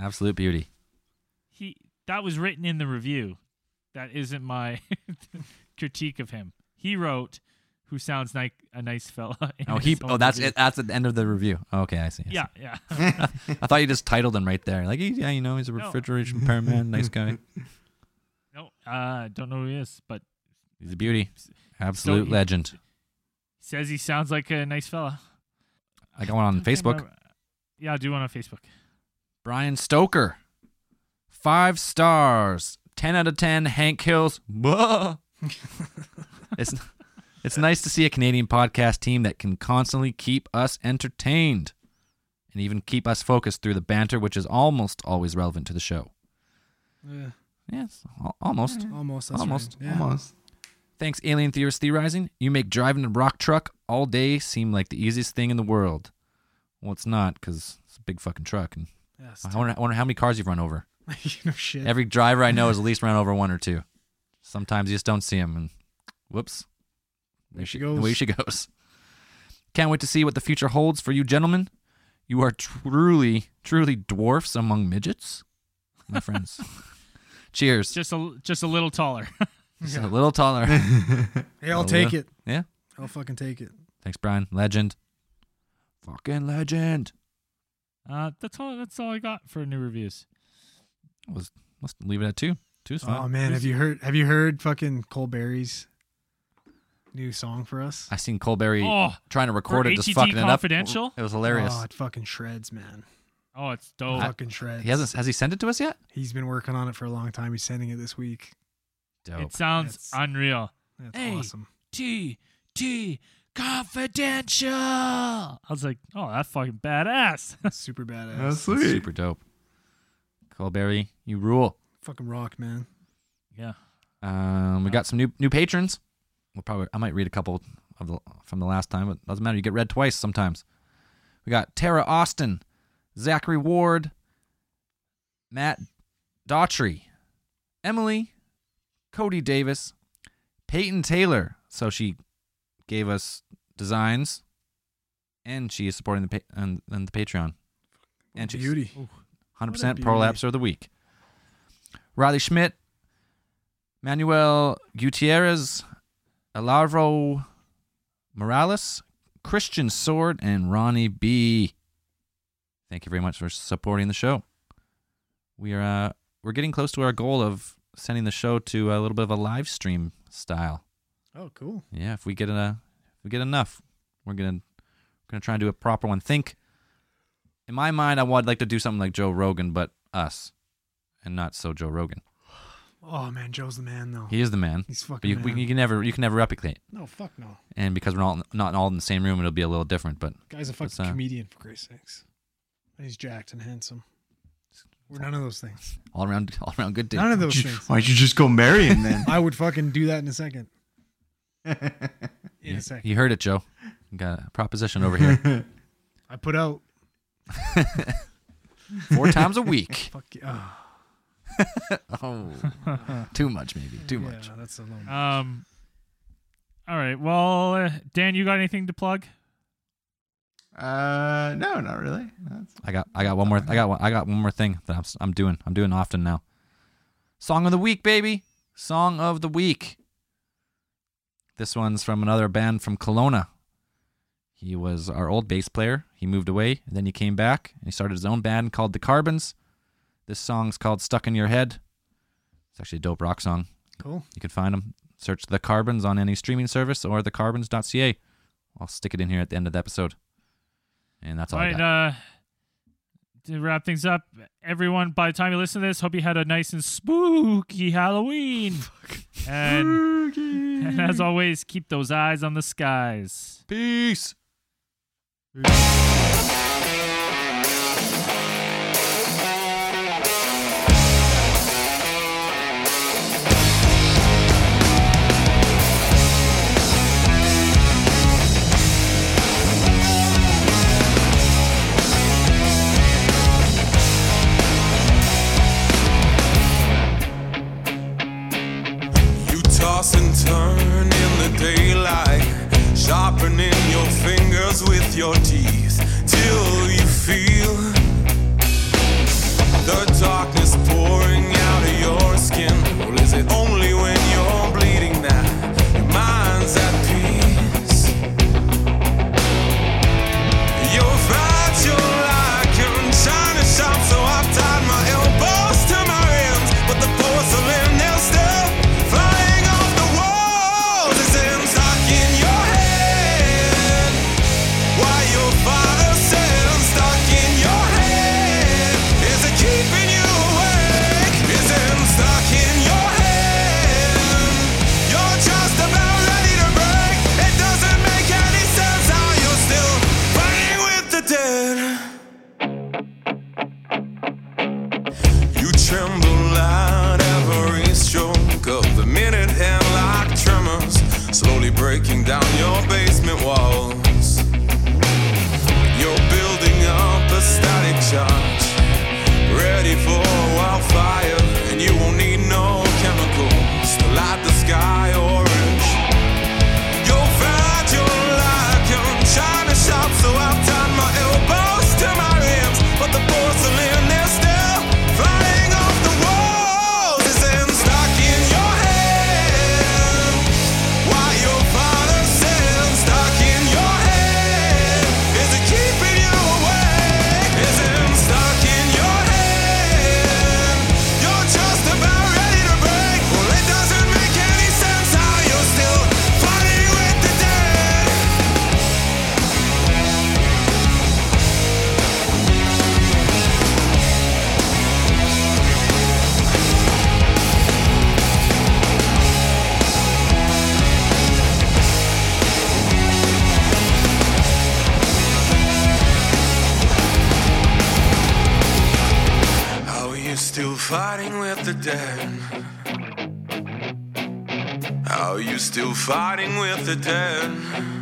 S5: Absolute beauty.
S2: He that was written in the review. That isn't my critique of him. He wrote who sounds like a nice fella. in
S5: Oh,
S2: his
S5: he.
S2: own
S5: Oh, that's
S2: review.
S5: it. That's at the end of the review. Oh, okay, I see. I see.
S2: Yeah, yeah.
S5: I thought you just titled him right there. Like, yeah, you know, he's a
S2: No.
S5: refrigeration repairman, nice guy.
S2: no, uh, don't know who he is, but
S5: He's a beauty. Absolute
S2: he-
S5: legend.
S2: Says he sounds like a nice fella.
S5: I got one on Facebook.
S2: Yeah, I do one on Facebook.
S5: Brian Stoker. Five stars. 10 out of 10. Hank Hills. Buh. it's, it's nice to see a Canadian podcast team that can constantly keep us entertained and even keep us focused through the banter, which is almost always relevant to the show.
S3: Yeah,
S5: Yes, al- almost.
S3: almost.
S5: that's Almost, right.
S4: Almost.
S5: Thanks, Alien Theorist Theorizing. You make driving a rock truck all day seem like the easiest thing in the world. Well, it's not because it's a big fucking truck. And I wonder, I wonder how many cars you've run over.
S3: you know, shit.
S5: Every driver I know has at least run over one or two. Sometimes you just don't see them, and whoops,
S3: There she
S5: the way
S3: goes.
S5: she goes. Can't wait to see what the future holds for you, gentlemen. You are truly, truly dwarfs among midgets, my friends. Cheers.
S2: Just a just a little taller.
S5: Just a little taller.
S3: hey, I'll take it.
S5: Oh, Yeah.
S3: I'll fucking take it.
S5: Thanks, Brian. Legend. Fucking legend.
S2: Uh, that's all. That's all I got for new reviews.
S5: Was must leave it at two. Two's fine.
S3: Oh man, have you heard? Have you heard fucking Colberry's new song for us?
S5: I seen Colberry
S2: Oh,
S5: trying to record
S2: for
S5: it, just
S2: HET
S5: fucking it up.
S2: Confidential?
S5: It was hilarious.
S3: Oh, it fucking shreds, man.
S2: Oh, it's dope.
S3: fucking shreds.
S5: he hasn't. Has he sent it to us yet?
S3: He's been working on it for a long time. He's sending it this week.
S5: Dope.
S2: it sounds
S3: It's-
S2: unreal.
S3: That's
S2: Hey.
S3: awesome.
S2: T T confidential. I was like, oh, that's fucking badass.
S3: That's super badass.
S4: That's
S5: That's
S4: sweet.
S5: Super dope. Colberry, you rule.
S3: fucking rock, man.
S2: yeah.
S5: Um, we got some new new patrons. We'll probably I might read a couple of the, from the last time, but doesn't matter. You get read twice sometimes. We got Tara Austin, Zachary Ward, Matt Daughtry, Emily, Cody Davis, Peyton Taylor. So she gave us designs, and she is supporting the pa- and, and the Patreon. And she's
S3: Beauty.
S5: hundred
S3: What a
S5: percent
S3: beauty.
S5: prolapse of the week. Riley Schmidt, Manuel Gutierrez, Alarvo Morales, Christian Sword, and Ronnie B. Thank you very much for supporting the show. We are uh, we're getting close to our goal of sending the show to a little bit of a live stream style.
S3: Oh, cool.
S5: Yeah, if we get a, if we get enough, we're gonna we're gonna try and do a proper one. Think, in my mind, I would like to do something like Joe Rogan, but us, and not so Joe Rogan.
S3: Oh man, Joe's the man though.
S5: He is the man.
S3: He's
S5: but
S3: fucking
S5: you, we,
S3: man.
S5: you can never you can never replicate.
S3: no, fuck no.
S5: And because we're all not all in the same room, it'll be a little different. But
S3: Guy's a fucking
S5: uh,
S3: comedian for Christ's sakes. And he's jacked and handsome. We're none of those things.
S5: all around all around good dude.
S3: None of those
S1: Why'd you,
S3: things.
S1: why'd you just go marry him then?
S3: I would fucking do that in a second. In
S5: You-
S3: a second.
S5: you heard it, Joe. You Got a proposition over here.
S3: I put out
S5: Four times a week.
S3: fuck yeah.
S5: Oh, too much maybe. Too
S3: oh, yeah,
S5: much.
S3: that's a long
S2: Um. All right. Well, uh, Dan, you got anything to plug?
S4: Uh, no, not really. That's,
S5: I got I got one more I got one, I got one more thing that I'm s- I'm doing. I'm doing often now. Song of the week, baby. Song of the week. This one's from another band from Kelowna. He was our old bass player. He moved away, and then he came back and he started his own band called The Carbons. This song's called Stuck in Your Head. It's actually a dope rock song.
S3: Cool.
S5: You can find them. Search The Carbons on any streaming service or thecarbons.ca. I'll stick it in here at the end of the episode. And that's all
S2: all
S5: I
S2: right.
S5: got.
S2: Uh, to wrap things up, everyone, by the time you listen to this, hope you had a nice and spooky Halloween. And, and as always, keep those eyes on the skies.
S5: Peace.
S6: You toss and turn in the daylight, sharpening your fingers with your teeth till you feel the darkness pouring out of your skin. Well, is it only when you're bleeding that your mind's at peace? You're fragile like curtain china shop, so I've tied my elbows to my rims. But the porcelain is still flying off the walls. It's in stuck in your head. Why your father said I'm stuck in your head. Is it keeping you awake? Is it stuck in your head? You're just about ready to break. It doesn't make any sense how you're still fighting with the dead. You tremble at every stroke of the minute and like tremors, slowly breaking down your basement walls. You're building up a static charge, ready for a wildfire, and you won't need no chemicals to light the sky orange. You're fragile like a china shop, so I've tied my elbows to my rims, but the porcelain is still flying off the walls. It's in stuck in your head. Why your father said I'm stuck in your head? Is it keeping you awake? Is it stuck in your head? You're just about ready to break. Well, it doesn't make any sense how you're still fighting with the dead. How are you still fighting with the dead? How are you still fighting with the dead?